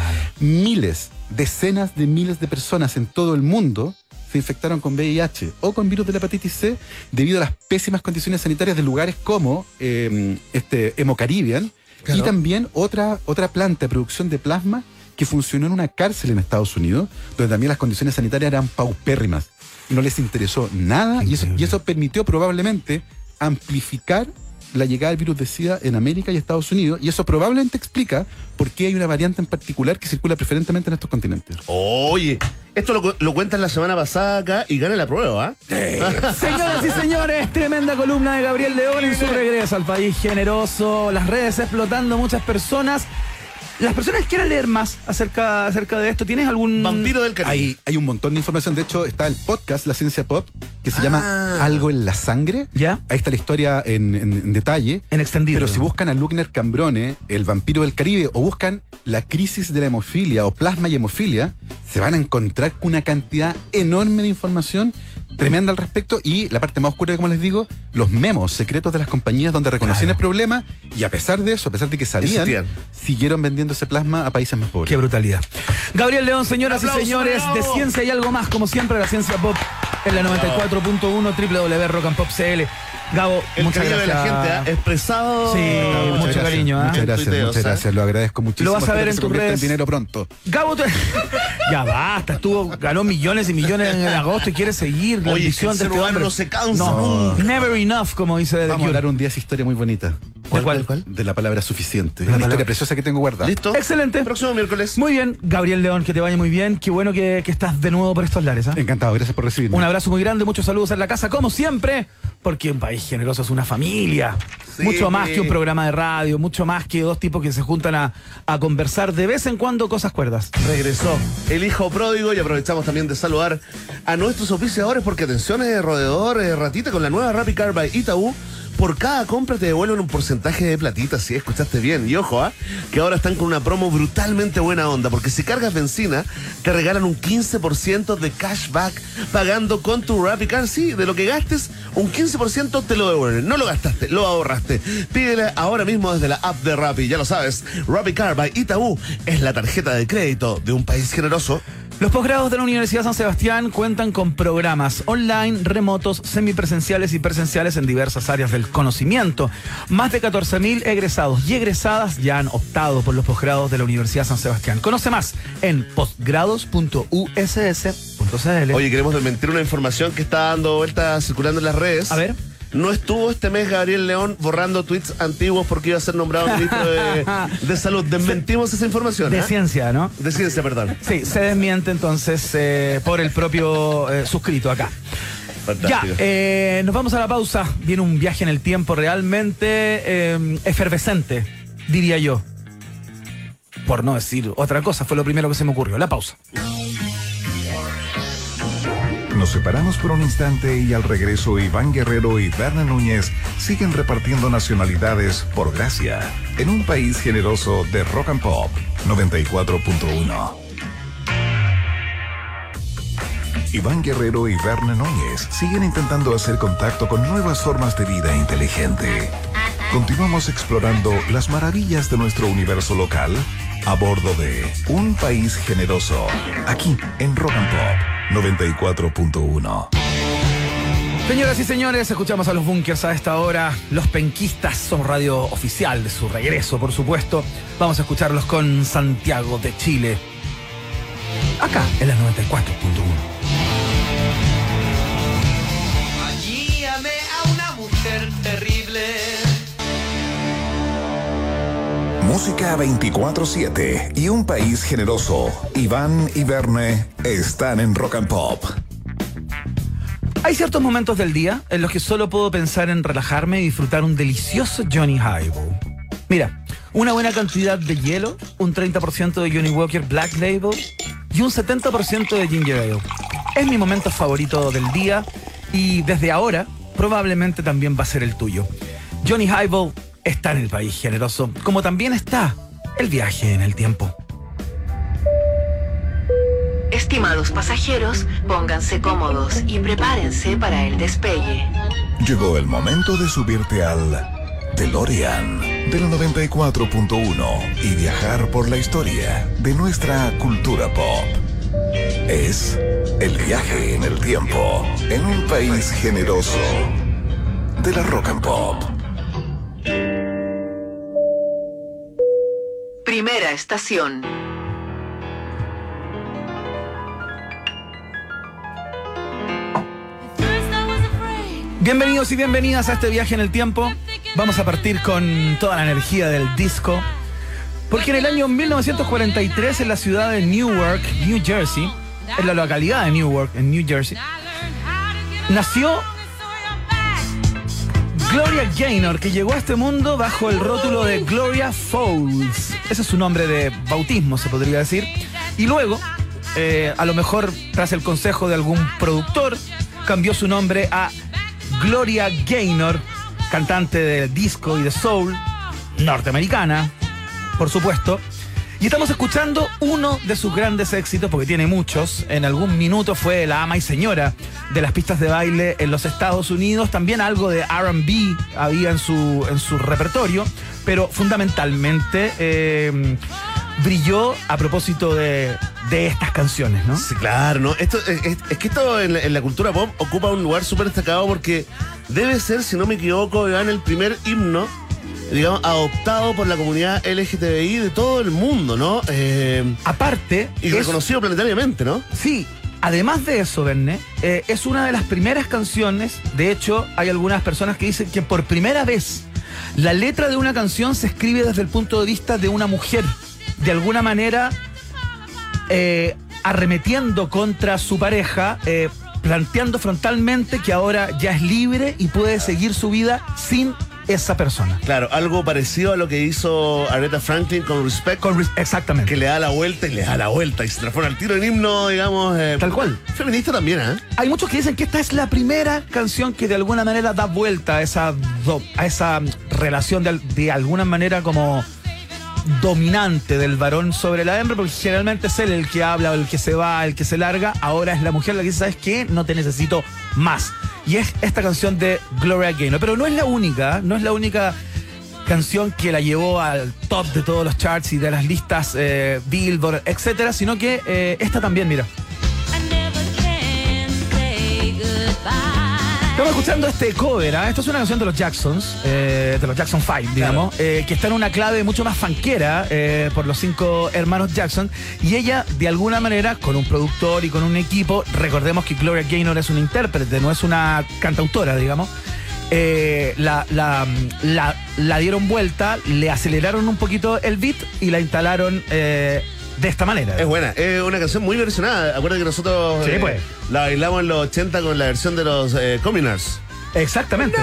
Miles, decenas de miles de personas en todo el mundo se infectaron con VIH o con virus de la hepatitis C debido a las pésimas condiciones sanitarias de lugares como eh, este, Hemocaribbean y también otra, otra planta de producción de plasma que funcionó en una cárcel en Estados Unidos, donde también las condiciones sanitarias eran paupérrimas. No les interesó nada y eso, y eso permitió probablemente amplificar la llegada del virus de SIDA en América y Estados Unidos y eso probablemente explica por qué hay una variante en particular que circula preferentemente en estos continentes. Oye, esto lo, cu- lo cuentas la semana pasada acá y gana la prueba, ¿ah? <laughs> Señoras y señores, tremenda columna de Gabriel León en su regreso al país generoso, las redes explotando, muchas personas. Las personas quieran leer más acerca, acerca de esto. ¿Tienes algún Vampiro del Caribe. Hay, hay un montón de información, de hecho está el podcast La Ciencia Pop que se llama Algo en la Sangre. ¿Ya? Ahí está la historia en- en- en detalle. en extendido? Pero si buscan a Lugner Cambrone, el vampiro del Caribe, o buscan la crisis de la hemofilia o plasma y hemofilia, se van a encontrar con una cantidad enorme de información tremenda al respecto y la parte más oscura, como les digo, los memos secretos de las compañías donde reconocían el problema y a pesar de eso, a pesar de que sabían, Existían. siguieron vendiendo ese plasma a países más Qué pobres. brutalidad. Gabriel León, señoras y Aplausos, señores, de bravo. ciencia y algo más, como siempre, la ciencia pop en la 94.1 www.rockandpopcl. Gabo, El muchas cariño gracias. de la gente, ¿ah? Expresado. Sí, Muchas mucho gracias. cariño, ¿ah? Muchas En gracias, tuiteos, muchas ¿ah? gracias. Lo agradezco muchísimo. Lo vas a Espero ver que en se tus convierta redes. en dinero pronto. Eh, Gabo, tú- <laughs> ya basta, estuvo, ganó millones y millones en agosto y quiere seguir la Oye, es que ambición el del ser humano hombre. no se cansa No, nunca. never enough, como dice The Vamos Cure. a hablar un día de esa historia muy bonita. ¿Cuál, cuál, cuál? De la palabra La suficiente. Una palabra- historia preciosa que tengo guardada. ¿eh? ¿Listo? Excelente. Próximo miércoles. Muy bien, Gabriel León, que te vaya muy bien. Qué bueno que, que estás de nuevo por estos lares. ¿ah? Encantado, gracias por recibirme. Un abrazo muy grande, muchos saludos en la casa, como siempre, porque un país generoso es una familia. Sí. Mucho más que un programa de radio, mucho más que dos tipos que se juntan a, a conversar de vez en cuando cosas cuerdas. Regresó el hijo pródigo y aprovechamos también de saludar a nuestros oficiadores porque atención eh, rodeador, eh, ratita con la nueva Rapid Car by Itaú. Por cada compra te devuelven un porcentaje de platita, si escuchaste bien. Y ojo, ¿ah? que ahora están con una promo brutalmente buena onda, porque si cargas benzina, te regalan un 15% de cashback pagando con tu Rapid Car. Sí, de lo que gastes, un 15% te lo devuelven. No lo gastaste, lo ahorraste. Pídele ahora mismo desde la app de Rappi, ya lo sabes. Rappi Car by Itaú es la tarjeta de crédito de un país generoso. Los posgrados de la Universidad San Sebastián cuentan con programas online, remotos, semipresenciales y presenciales en diversas áreas del conocimiento. Más de 14.000 egresados y egresadas ya han optado por los posgrados de la Universidad San Sebastián. Conoce más en posgrados.uss.cl. Entonces, Oye, queremos desmentir una información que está dando vuelta circulando en las redes. A ver. No estuvo este mes Gabriel León borrando tweets antiguos porque iba a ser nombrado ministro de, de Salud. Desmentimos esa información. de ¿ah? ciencia, ¿no? De ciencia, perdón. Sí, se desmiente entonces eh, por el propio eh, suscrito acá. Fantástico. Ya, eh, nos vamos a la pausa. Viene un viaje en el tiempo realmente eh, efervescente, diría yo. Por no decir otra cosa, fue lo primero que se me ocurrió. La pausa. Nos separamos por un instante y al regreso Iván Guerrero y Berna Núñez siguen repartiendo nacionalidades por gracia en un país generoso de rock and pop 94.1. Iván Guerrero y Berna Núñez siguen intentando hacer contacto con nuevas formas de vida inteligente. Continuamos explorando las maravillas de nuestro universo local a bordo de Un País Generoso, aquí en Rock and Pop 94.1. Señoras y señores, escuchamos a los bunkers a esta hora. Los penquistas son radio oficial de su regreso, por supuesto. Vamos a escucharlos con Santiago de Chile. Acá, en las 94.1. Allí amé a una mujer terrible. Música 24-7 y un país generoso. Iván y Verne están en Rock and Pop. Hay ciertos momentos del día en los que solo puedo pensar en relajarme y disfrutar un delicioso Johnny Highball. Mira, una buena cantidad de hielo, un 30% de Johnny Walker Black Label y un 70% de Ginger Ale. Es mi momento favorito del día y desde ahora probablemente también va a ser el tuyo. Johnny Highball está en el país generoso, como también está el viaje en el tiempo. Estimados pasajeros, pónganse cómodos y prepárense para el despegue. Llegó el momento de subirte al DeLorean del 94.1 y viajar por la historia de nuestra cultura pop. Es el viaje en el tiempo en un país generoso de la rock and pop. Primera estación. Bienvenidos y bienvenidas a este viaje en el tiempo. Vamos a partir con toda la energía del disco. Porque en el año 1943 en la ciudad de Newark, New Jersey, en la localidad de Newark, en New Jersey, nació Gloria Gaynor, que llegó a este mundo bajo el rótulo de Gloria Fowles. Ese es su nombre de bautismo, se podría decir. Y luego, eh, a lo mejor tras el consejo de algún productor, cambió su nombre a Gloria Gaynor, cantante de disco y de soul, norteamericana, por supuesto. Y estamos escuchando uno de sus grandes éxitos, porque tiene muchos. En algún minuto fue la ama y señora de las pistas de baile en los Estados Unidos. También algo de RB había en su, en su repertorio, pero fundamentalmente eh, brilló a propósito de, de estas canciones, ¿no? Sí, claro, ¿no? Esto, eh, es, es- es que esto en la, en la cultura pop ocupa un lugar súper destacado porque debe ser, si no me equivoco, Iván, el primer himno, digamos, adoptado por la comunidad LGTBI de todo el mundo, ¿no? Eh, Aparte. Y es- reconocido planetariamente, ¿no? Sí, además de eso, Verne, eh, es una de las primeras canciones. De hecho, hay algunas personas que dicen que por primera vez la letra de una canción se escribe desde el punto de vista de una mujer. De alguna manera, eh, arremetiendo contra su pareja, eh, planteando frontalmente que ahora ya es libre y puede seguir su vida sin esa persona. Claro, algo parecido a lo que hizo Aretha Franklin con Respect. exactamente. Que le da la vuelta y le da la vuelta y se transforma el tiro en himno, digamos. eh, Tal cual. Feminista también, ¿eh? Hay muchos que dicen que esta es la primera canción que de alguna manera da vuelta a esa, do- a esa mm, relación de, al- de alguna manera como dominante del varón sobre la hembra, porque generalmente es él el que habla, el que se va, el que se larga, ahora es la mujer la que dice, ¿sabes qué? No te necesito más. Y es esta canción de Gloria Gaynor, pero no es la única, ¿eh? no es la única canción que la llevó al top de todos los charts y de las listas eh, Billboard, etcétera, sino que eh, esta también, mira. Estamos escuchando este cover, ¿ah? esto es una canción de los Jacksons, eh, de los Jackson 5, digamos, eh, que está en una clave mucho más fanquera por los cinco hermanos Jackson. Y ella, de alguna manera, con un productor y con un equipo, recordemos que Gloria Gaynor es una intérprete, no es una cantautora, digamos. eh, la, la- la- la dieron vuelta, le aceleraron un poquito el beat y la instalaron eh, de esta manera. Es buena, es una canción muy versionada. Acuérdate que nosotros eh, Sí, pues. la bailamos en los 80 con la versión de los eh, Communards. Exactamente.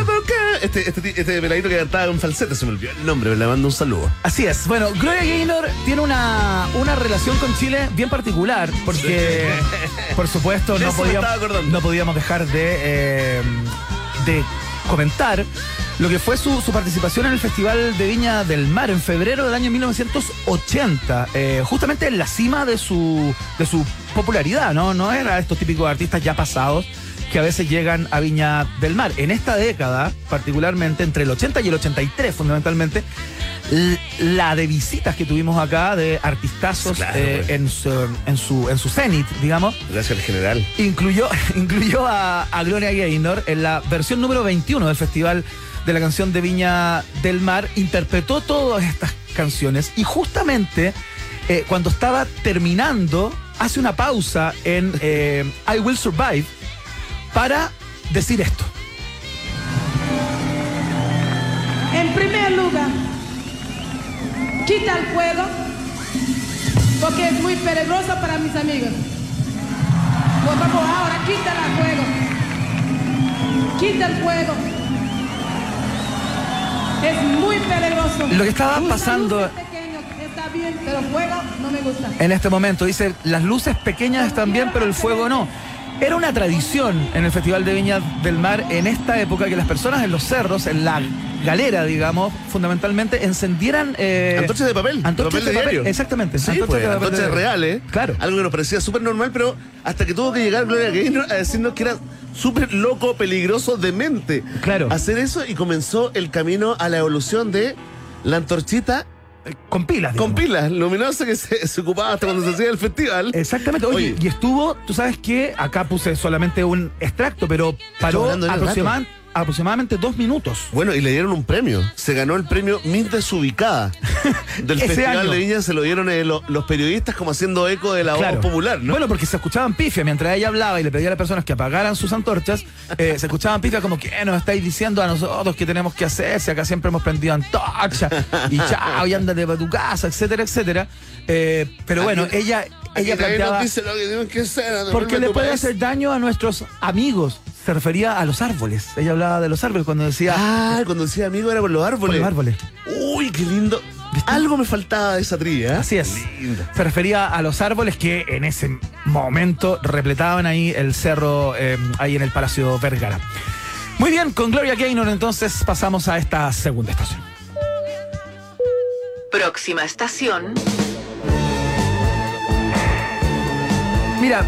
Este, este, este peladito que cantaba en falsete se me olvidó el nombre, le mando un saludo. Así es. Bueno, Gloria Gaynor tiene una, una relación con Chile bien particular, porque, por supuesto, De no eso me podíamos, estaba no podíamos dejar de, eh, de comentar lo que fue su, su participación en el Festival de Viña del Mar en febrero del año 1980, eh, justamente en la cima de su, de su popularidad, ¿no? No era estos típicos artistas ya pasados que a veces llegan a Viña del Mar. En esta década, particularmente entre el 80 y el 83, fundamentalmente, l- la de visitas que tuvimos acá de artistazos Claro, eh, en su en su en su cenit, digamos, Gracias al general. incluyó <laughs> incluyó a, a Gloria Gaynor en la versión número 21 del festival de la canción de Viña del Mar, interpretó todas estas canciones y justamente eh, cuando estaba terminando hace una pausa en eh, I Will Survive para decir esto. En primer lugar, quita el fuego porque es muy peligroso para mis amigos. Por favor, ahora quita el fuego. Quita el fuego. Es muy peligroso. Lo que estaba Usa pasando- luces pequeñas, Está bien, pero fuego no me gusta. en este momento. Dice, las luces pequeñas están bien, pero el fuego no. Era una tradición en el Festival de Viña del Mar en esta época que las personas en los cerros, en la galera, digamos, fundamentalmente, encendieran... eh, Antorchas de papel. Antorchas de papel, diario. exactamente. Sí, antorchas pues, de papel antorchas diario. reales. Claro. Algo que nos parecía súper normal, pero hasta que tuvo que llegar Gloria Gaynor a decirnos que era súper loco, peligroso, demente. Claro. Hacer eso y comenzó el camino a la evolución de la antorchita. Con pilas. Con pilas, luminosa que se, se ocupaba hasta cuando se hacía el festival. Exactamente. Oye, Oye. y estuvo, tú sabes que acá puse solamente un extracto, pero paró hablando de los aproximadamente... aproximadamente dos minutos. Bueno, y le dieron un premio. Se ganó el premio Miss <laughs> Desubicada del Ese Festival año. de Viña. Se lo dieron eh, lo- los periodistas como haciendo eco de la Claro. voz popular, ¿no? Bueno, porque se escuchaban pifias mientras ella hablaba y le pedía a las personas que apagaran sus antorchas, eh, se escuchaban pifias como que "Eh, nos estáis diciendo a nosotros que tenemos que hacer, si acá siempre hemos prendido antorchas y chao, y ándate para tu casa, etcétera, etrétera. Eh, pero bueno, Ah, Aquí- ella, Aquí ella también nos planteaba dice lo que tienen que hacer, a porque devolver le tu puede país". hacer daño a nuestros amigos. Se refería a los árboles. Ella hablaba de los árboles cuando decía. Ah, cuando decía amigo era por los árboles. los árboles. Uy, qué lindo. Algo me faltaba de esa trilla. Así es. Se refería a los árboles que en ese momento repletaban ahí el cerro, eh, ahí en el Palacio Vergara. Muy bien, con Gloria Gaynor entonces pasamos a esta segunda estación. Próxima estación. Mira,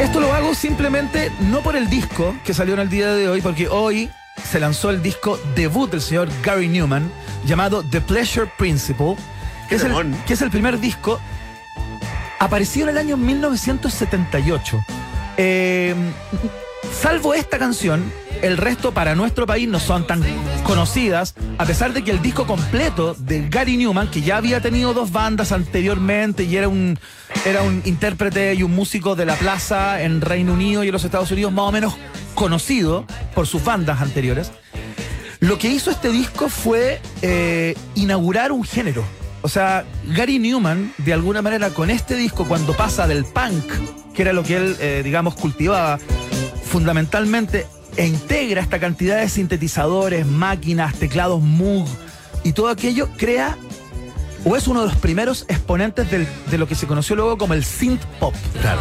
esto lo hago simplemente no por el disco que salió en el día de hoy, porque hoy se lanzó el disco debut del señor Gary Newman, llamado The Pleasure Principle, que, es el, que es el primer disco aparecido en el año 1978. Eh, salvo esta canción, el resto para nuestro país no son tan conocidas, a pesar de que el disco completo de Gary Newman, que ya había tenido dos bandas anteriormente y era un, era un intérprete y un músico de la plaza en Reino Unido y en los Estados Unidos más o menos conocido por sus bandas anteriores, lo que hizo este disco fue eh, inaugurar un género. O sea, Gary Newman, de alguna manera, con este disco, cuando pasa del punk, que era lo que él, eh, digamos, cultivaba fundamentalmente, e integra esta cantidad de sintetizadores, máquinas, teclados Moog y todo aquello, crea o es uno de los primeros exponentes del- de lo que se conoció luego como el synth pop. Claro.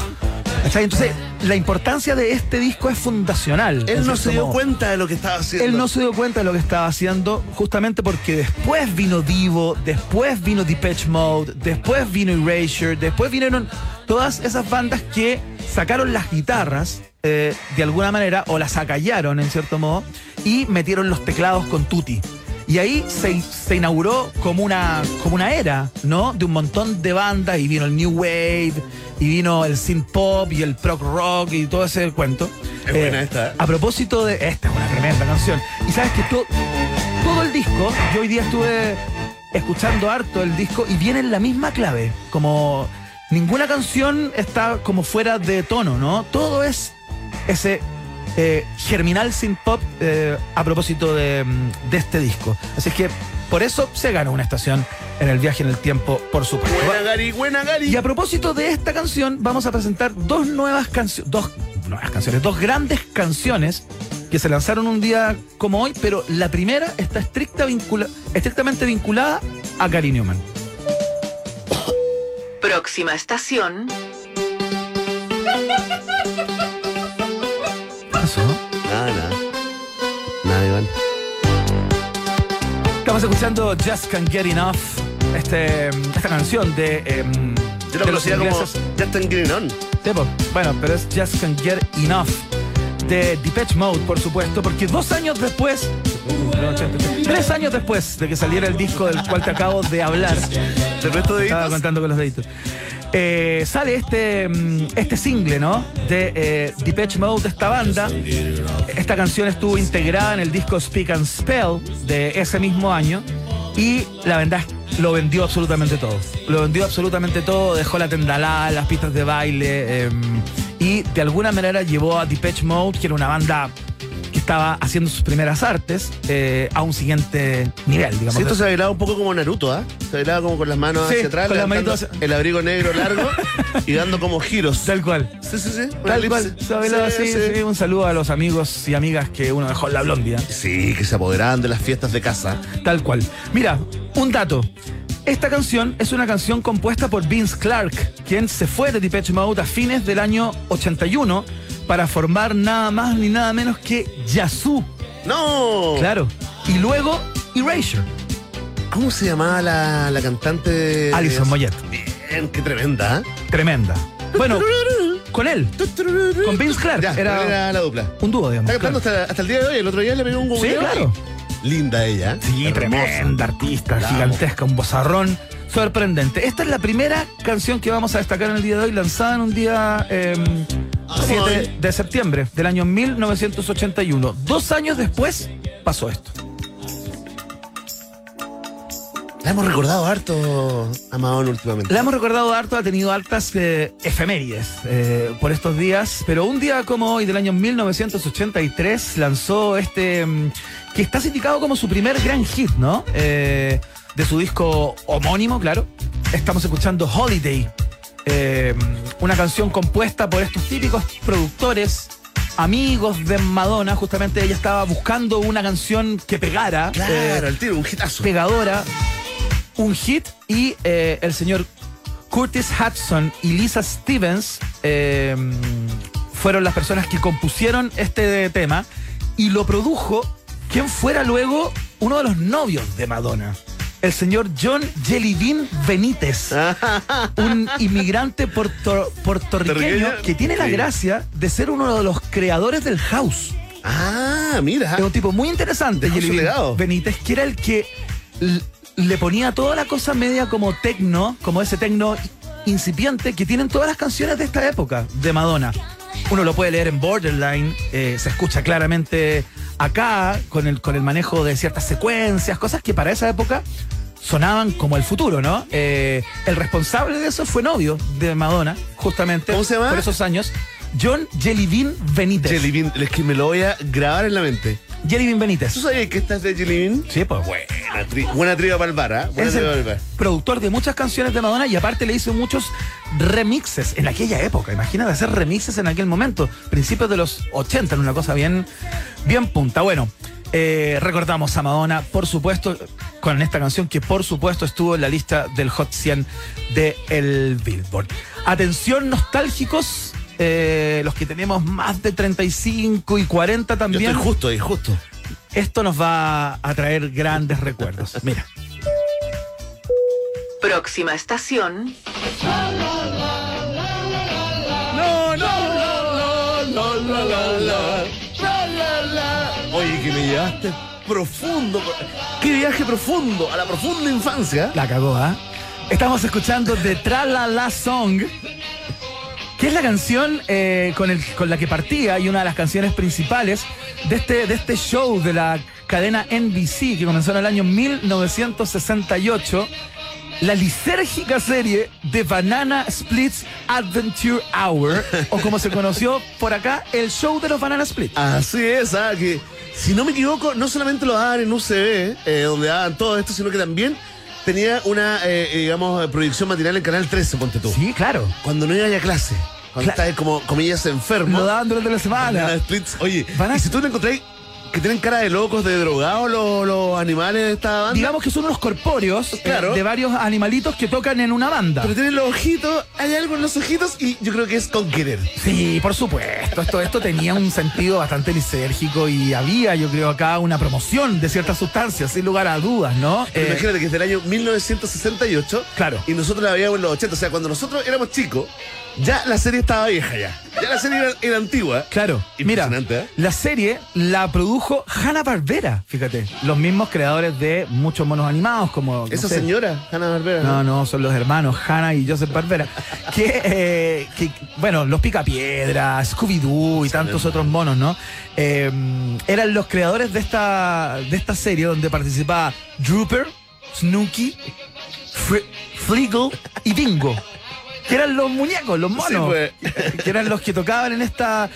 Entonces, la importancia de este disco es fundacional. en Él cierto no se dio modo. cuenta de lo que estaba haciendo. Él no se dio cuenta de lo que estaba haciendo, justamente porque después vino Divo, después vino Depeche Mode, después vino Erasure, después vinieron todas esas bandas que sacaron las guitarras eh, de alguna manera, o las acallaron en cierto modo, y metieron los teclados con Tutti. Y ahí se, se inauguró como una, como una era, ¿no? De un montón de bandas, y vino el New Wave, y vino el synth pop, y el prog rock, y todo ese cuento. Es buena esta. ¿eh? A propósito de. Esta es una tremenda canción. Y sabes que to- todo el disco, yo hoy día estuve escuchando harto el disco y viene en la misma clave. Como ninguna canción está como fuera de tono, ¿no? Todo es ese eh, germinal sin pop eh, a propósito de, mm, de este disco. Así es que por eso se gana una estación en el viaje en el tiempo, por supuesto. Buena Gary, buena Gary. Y a propósito de esta canción, vamos a presentar dos nuevas canciones, dos nuevas canciones, dos grandes canciones que se lanzaron un día como hoy, pero la primera está estricta vincula- estrictamente vinculada a Gary Newman. Próxima estación. Nada, nada. Nada, Iván. Estamos escuchando Just Can't Get Enough, este, esta canción de, em, Yo la de los conocía como ingleses. Justin Green On. Sí, po. Bueno, pero es Just Can't Get Enough de Depeche Mode, por supuesto, porque dos años después, no, 83, tres años después de que saliera el disco del cual te acabo de hablar, ¿De resto de estaba deditos? contando con los deditos, eh, sale este, mm, este single, ¿no? De eh, Depeche Mode, esta banda. Esta canción estuvo integrada en el disco Speak and Spell de ese mismo año y la verdad es que lo vendió absolutamente todo. Lo vendió absolutamente todo, dejó la tendalada, las pistas de baile eh, y de alguna manera llevó a Depeche Mode, que era una banda que estaba haciendo sus primeras artes, eh, a un siguiente nivel, digamos. Sí, esto se bailaba un poco como Naruto, ¿ah? Se bailaba como con las manos Sí, hacia atrás, con las levantando manitos hacia- el abrigo negro largo y dando como giros. Tal cual. Sí, sí, sí. una Tal elipse. cual, se bailaba Sí, así, sí. sí, Un saludo a los amigos y amigas que uno dejó en la blondia. Sí, que se apoderaban de las fiestas de casa. Tal cual. Mira, un dato. Esta canción es una canción compuesta por Vince Clark, quien se fue de Depeche Mode a fines del año 81 para formar nada más ni nada menos que Yazoo. ¡No! Claro. Y luego Erasure. ¿Cómo se llamaba la, la cantante? Alison Moyet. Bien, qué tremenda, ¿eh? Tremenda. <laughs> Bueno, con él. Con Vince Clark. Ya, era era... era la dupla. un dúo, digamos. Está cantando hasta, hasta el día de hoy. El otro día le pegó un Sí, googleo. claro. Linda ella. ¿eh? Sí, Hermosa. tremenda artista, Bravo. gigantesca, un bozarrón sorprendente. Esta es la primera canción que vamos a destacar en el día de hoy, lanzada en un día eh, 7 de septiembre del año 1981. Dos años después pasó esto. La hemos recordado harto a Mahon últimamente. La hemos recordado harto, ha tenido hartas eh, efemérides eh, por estos días, pero un día como hoy del año 1983 lanzó este, mm, que está sindicado como su primer gran hit, ¿no? Eh, de su disco homónimo, claro. Estamos escuchando Holiday, eh, una canción compuesta por estos típicos productores. Amigos de Madonna, justamente ella estaba buscando una canción que pegara. eh, Claro, el tiro, un hitazo. pegadora, un hit y eh, el señor Curtis Hudson y Lisa Stevens eh, fueron las personas que compusieron este tema y lo produjo quien fuera luego uno de los novios de Madonna. El señor John Jellybean Benítez, un inmigrante puerto- puertorriqueño Puertorriqueño, que tiene la sí. gracia de ser uno de los creadores del house. Ah, mira. Es un tipo muy interesante, Dejó su Jelly Bean legado. Benítez, que era el que l- le ponía toda la cosa media como tecno, como ese tecno incipiente que tienen todas las canciones de esta época de Madonna. Uno lo puede leer en Borderline, eh, se escucha claramente acá, con el, con el manejo de ciertas secuencias, cosas que para esa época sonaban como el futuro, ¿no? Eh, el responsable de eso fue novio de Madonna, justamente ¿Cómo se llama? por esos años, John Jellybean Benítez. Jelly Bean, es que me lo voy a grabar en la mente. Jellybean Benítez. ¿Tú sabías que estás de Jelly Bean? Sí, pues bueno. Buena, tri- buena triba para el bar, ¿ah? Buena Es triba para el el bar. productor de muchas canciones de Madonna y aparte le hizo muchos remixes en aquella época. Imagínate hacer remixes en aquel momento, principios de los 80, en una cosa bien, bien punta. Bueno, eh, recordamos a Madonna, por supuesto, con esta canción que por supuesto estuvo en la lista del Hot 100 de el Billboard. Atención nostálgicos, eh, los que tenemos más de 35 y 40 Yo también. estoy justo ahí, justo. Esto nos va a traer grandes recuerdos. Mira. Próxima estación. No, no, no, no, no, la, la, la, la, la. Oye, que me llevaste profundo. Qué viaje profundo, a la profunda infancia. La cagó, ¿ah? Estamos escuchando The Tralala Song, que es la canción eh, con, el- con la que partía y una de las canciones principales de este, de este show de la cadena NBC que comenzó en el año 1968. La lisérgica serie de Banana Splits Adventure Hour, o como se conoció por acá, el show de los Banana Splits. Así es, ah, que si no me equivoco, no solamente lo daban en UCB, eh, donde daban todo esto, sino que también tenía una, eh, eh, digamos, eh, proyección matinal en Canal 13, ponte tú. Sí, claro. Cuando no iba a clase. Cuando estabas como, comillas, enfermo. <laughs> Lo daban durante la semana. Splits. Oye, y si tú te encontrás que tienen cara de locos, de drogados los, los animales de esta banda. Digamos que son unos corpóreos eh, Claro. de varios animalitos que tocan en una banda. Pero tienen los ojitos, hay algo en los ojitos y yo creo que es con querer. Sí, por supuesto. Esto, esto tenía un sentido bastante lisérgico y había, yo creo, acá una promoción de ciertas sustancias, sin lugar a dudas, ¿no? Pero Eh, imagínate que es del año 1968. Claro. Y nosotros la veíamos en los 80. O sea, cuando nosotros éramos chicos, ya la serie estaba vieja ya. Ya la serie era, era antigua. Claro. Mira, Impresionante, ¿eh? la serie la produjo Hanna Barbera, fíjate. Los mismos creadores de muchos monos animados, como. no Esa sé, señora, Hanna Barbera. No, no, son los hermanos Hannah y Joseph Barbera. Que, eh, que, bueno, los Picapiedra, Scooby-Doo y tantos otros monos, ¿no? Eh, eran los creadores de esta, de esta serie donde participaba Drooper, Snooki, Fri- Flickle y Bingo. Que eran los muñecos, los monos. <laughs> que eran los que tocaban en esta.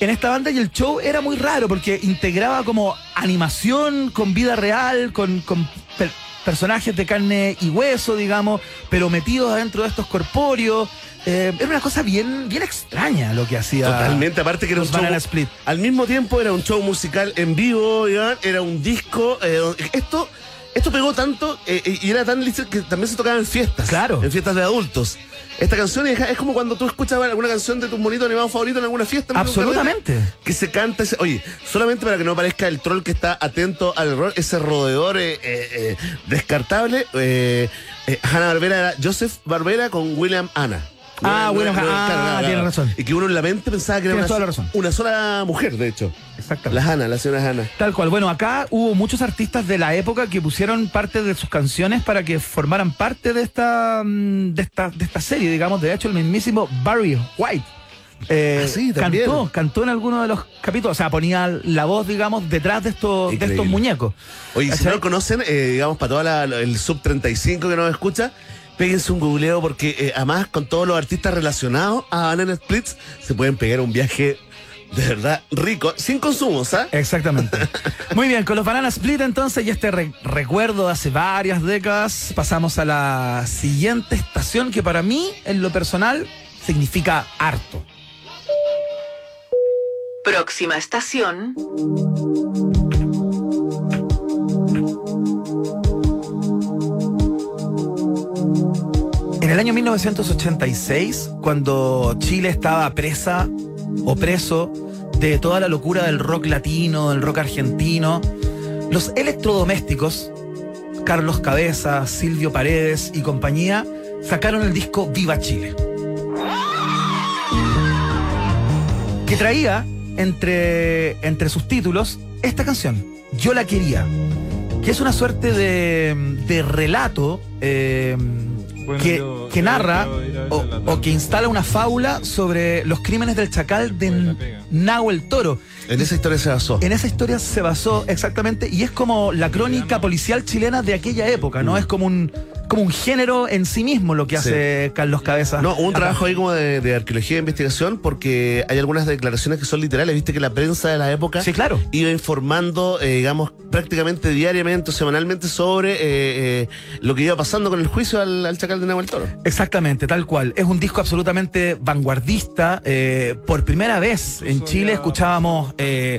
En esta banda y el show era muy raro porque integraba como animación con vida real, con, con per- personajes de carne y hueso, digamos, pero metidos adentro de estos corpóreos. Eh, era una cosa bien, bien extraña lo que hacía. Totalmente, aparte que era un los show. Banana Split. Al mismo tiempo era un show musical en vivo, Iván, era un disco. eh, esto, esto pegó tanto eh, eh, y era tan listo que también se tocaba en fiestas. Claro. En fiestas de adultos. Esta canción es, es como cuando tú escuchas alguna canción de tu monito animado favorito en alguna fiesta. en algún Absolutamente. carrete, Que se canta ese- Oye, solamente para que no parezca el troll que está atento al error, ese rodeador eh, eh, eh, descartable. eh, eh, Hanna Barbera era Joseph Barbera con William Anna. Ah, William Hanna. Ah, tiene razón. Y que uno en la mente pensaba que era Tienes una, toda la una sola mujer, de hecho. La Hanna, la señora Hanna. Tal cual. Bueno, acá hubo muchos artistas de la época que pusieron parte de sus canciones para que formaran parte de esta, mm, de esta, de esta serie, digamos. De hecho, el mismísimo Barry White. eh, Ah, sí, también. cantó, cantó en alguno de los capítulos, o sea, ponía la voz, digamos, detrás de estos, de Increíble. estos muñecos. Oye, si ¿Cachai? no lo conocen, eh, digamos, para todo el sub 35 que nos escucha, péguense un googleo porque eh, además con todos los artistas relacionados a Banana Splits se pueden pegar un viaje de verdad rico, sin consumos, ¿ah? ¿sabes? <laughs> Exactamente. Muy bien, con los Banana Split entonces y este re- recuerdo de hace varias décadas, pasamos a la siguiente estación que para mí, en lo personal, significa harto. Próxima estación. En el año 1986, cuando Chile estaba presa o preso de toda la locura del rock latino, del rock argentino, los electrodomésticos, Carlos Cabeza, Silvio Paredes y compañía, sacaron el disco Viva Chile. Que traía entre, entre sus títulos esta canción, Yo la quería, que es una suerte de, de relato. eh, que, que narra o, o que instala una fábula sobre los crímenes del chacal de Nahuel Toro. En esa historia se basó. En esa historia se basó exactamente y es como la crónica policial chilena de aquella época, Mm. ¿no? Es como un como un género en sí mismo lo que hace Carlos Cabezas. No, hubo un Acá. trabajo ahí como de, de arqueología e investigación porque hay algunas declaraciones que son literales. Viste que la prensa de la época iba informando, eh, digamos, prácticamente diariamente o semanalmente sobre eh, eh, lo que iba pasando con el juicio al, al chacal de Nahuel Toro. Exactamente, tal cual. Es un disco absolutamente vanguardista. eh, por primera vez en Chile escuchábamos eh,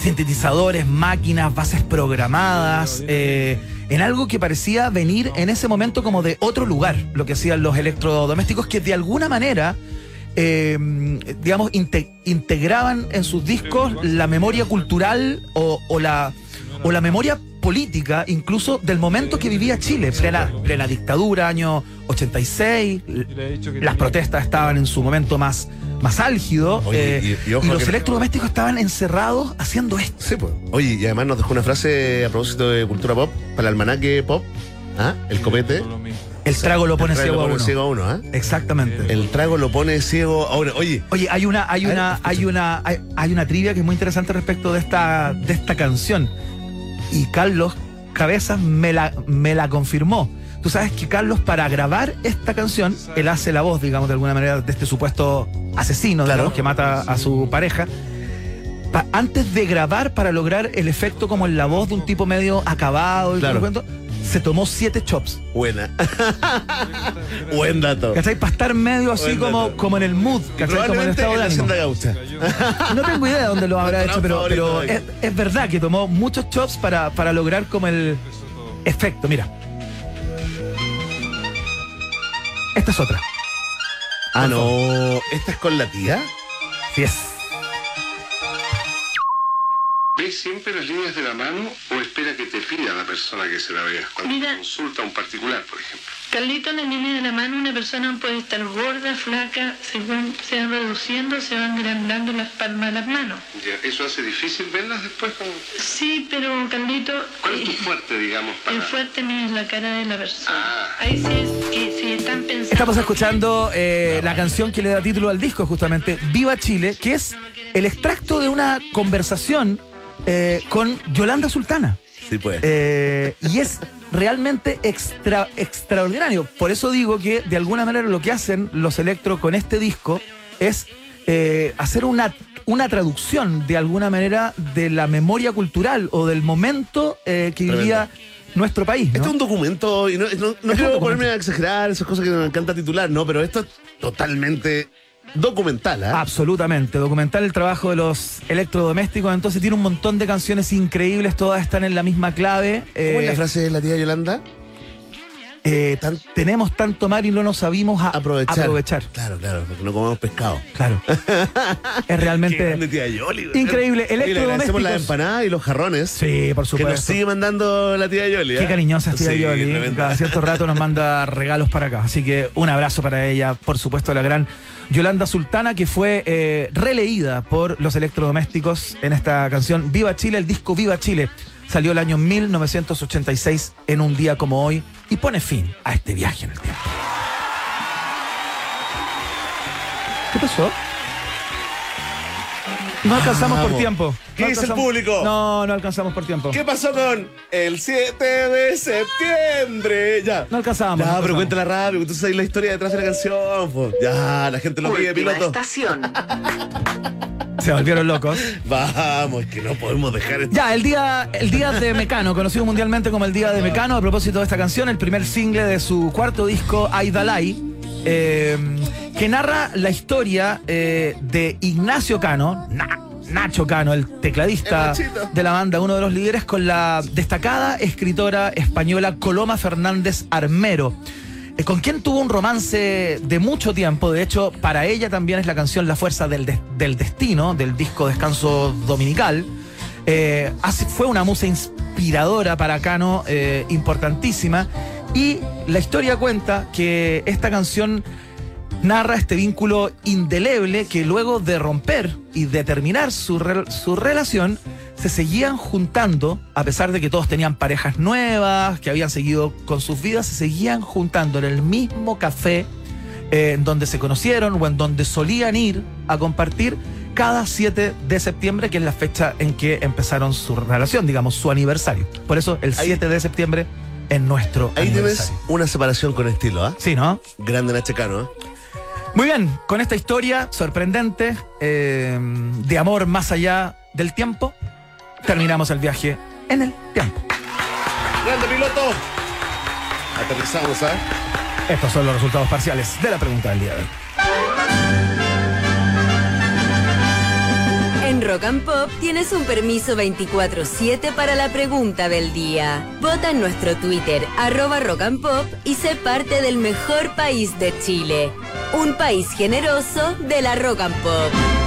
sintetizadores, máquinas, bases Ah, programadas, eh, en algo que parecía venir en ese momento como de otro lugar, lo que hacían los electrodomésticos, que de alguna manera, eh, digamos, inte- integraban en sus discos la memoria cultural o, o la, o la memoria política incluso del momento que vivía Chile, plena, plena dictadura, año 86, las protestas estaban en su momento más, más álgido Oye, eh, y, y- y ojo los que- electrodomésticos estaban encerrados haciendo esto. Sí, pues. Oye, y además nos dejó una frase a propósito de cultura pop para el almanaque pop. ¿Ah? El copete. El trago lo pone ciego a uno. ¿eh? Exactamente. El trago lo pone ciego ahora. Oye. Oye, hay una, hay una, hay una, hay, hay una trivia que es muy interesante respecto de esta, de esta canción. Y Carlos Cabezas me la, me la confirmó. Tú sabes que Carlos, para grabar esta canción, él hace la voz, digamos, de alguna manera, de este supuesto asesino, digamos, que mata a su pareja. Pa- antes de grabar, para lograr el efecto como en la voz de un tipo medio acabado y todo el cuento, se tomó siete chops. Buena. <laughs> Buen dato. ¿Cachai? Para estar medio así Buen como, dato. como en el mood, ¿cachai? Como en el Probablemente estado en de la ánimo. Hacienda Gaucha. No tengo idea de dónde lo habrá hecho, pero, favorito pero de es, es verdad que tomó muchos chops para, para lograr como el efecto. Mira. Esta es otra. Ah, no. ¿Esta es con la tía? Sí es. ¿Ves siempre las líneas de la mano o espera que te pida la persona que se la veas? Cuando Mira. consulta a un particular, por ejemplo. Carlito, la línea de la mano, una persona puede estar gorda, flaca, se van, se van reduciendo, se van agrandando las palmas de las manos. Ya, ¿Eso hace difícil verlas después? Como... Sí, pero Carlito, eh, ¿Cuál es tu fuerte, digamos, para...? Ah. el fuerte mío es la cara de la persona. Ahí sí es que si están pensando... Estamos escuchando eh, la canción que le da título al disco, justamente, Viva Chile, que es el extracto de una conversación eh, con Yolanda Sultana. Sí, pues. Eh, y es realmente extra, extraordinario. Por eso digo que de alguna manera lo que hacen los Electro con este disco es eh, hacer una, una traducción de alguna manera de la memoria cultural o del momento eh, que vivía nuestro país. ¿no? Este es un documento, y no, no- no quiero documento. ponerme a exagerar esas cosas que me encanta titular, no, pero esto es totalmente documental, ¿ah? Absolutamente. Documental el trabajo de los electrodomésticos. Entonces tiene un montón de canciones increíbles, todas están en la misma clave. ¿Cómo es Eh, la frase de la tía Yolanda? eh, tan- tenemos tanto mar y no nos sabimos a- Aprovechar. ah, aprovechar. Claro, claro, porque no comemos pescado. <laughs> Claro. es Qué realmente grande tía Yoli, ¿verdad? increíble. Oye, le agradecemos las Electrodomésticos. empanadas y los jarrones. Sí, por Que nos supuesto. sigue mandando la tía Yoli. Qué ¿eh? cariñosa es tía Sí, Yoli. tremenda. Cada cierto rato nos <laughs> manda regalos para acá. Así que un abrazo para ella, por supuesto, la gran Yolanda Sultana, que fue eh, releída por los electrodomésticos en esta canción Viva Chile, el disco Viva Chile. Salió el año 1986 en un día como hoy y pone fin a este viaje en el tiempo. ¿Qué pasó? No alcanzamos por Vamos. tiempo. ¿Qué No dice el alcanzamos- público? No, no alcanzamos por tiempo. ¿Qué pasó con el 7 de septiembre? Ya. No alcanzamos. Ya, no pero alcanzamos. cuéntala rápido, tú sabes la historia detrás de la canción. po. Ya, la gente lo pide, Última piloto. estación. Se volvieron locos. Vamos, que no podemos dejar esto. Ya, el día, el día de Mecano, conocido mundialmente como el Día de Mecano, a propósito de esta canción, el primer single de su cuarto disco, Aidalai, eh, que narra la historia eh, de Ignacio Cano, Na- Nacho Cano, el tecladista de la banda, uno de los líderes, con la destacada escritora española Coloma Fernández Armero. eh, Con quien tuvo un romance de mucho tiempo, de hecho, para ella también es la canción La Fuerza del, Des- del Destino, del disco Descanso Dominical, eh, hace- fue una musa inspiradora para Cano, eh, importantísima. Y la historia cuenta que esta canción narra este vínculo indeleble que luego de romper y de terminar su, rel- su relación, se seguían juntando, a pesar de que todos tenían parejas nuevas, que habían seguido con sus vidas, se seguían juntando en el mismo café eh, en donde se conocieron o en donde solían ir a compartir cada 7 de septiembre, que es la fecha en que empezaron su relación, digamos, su aniversario. Por eso el 7 de septiembre es nuestro Ahí tienes aniversario. una separación con estilo, ¿ah? Sí, ¿no? Grande Nache Cano, ¿ah? Muy bien, con esta historia sorprendente eh, de amor más allá del tiempo, terminamos el viaje en el tiempo. Grande piloto. Aterrizamos, ¿ah? Estos son los resultados parciales de la pregunta del día de hoy. En Rock and Pop tienes un permiso 24-7 para la pregunta del día. Vota en nuestro Twitter, arroba Rock and Pop, y sé parte del mejor país de Chile. Un país generoso de la Rock and Pop.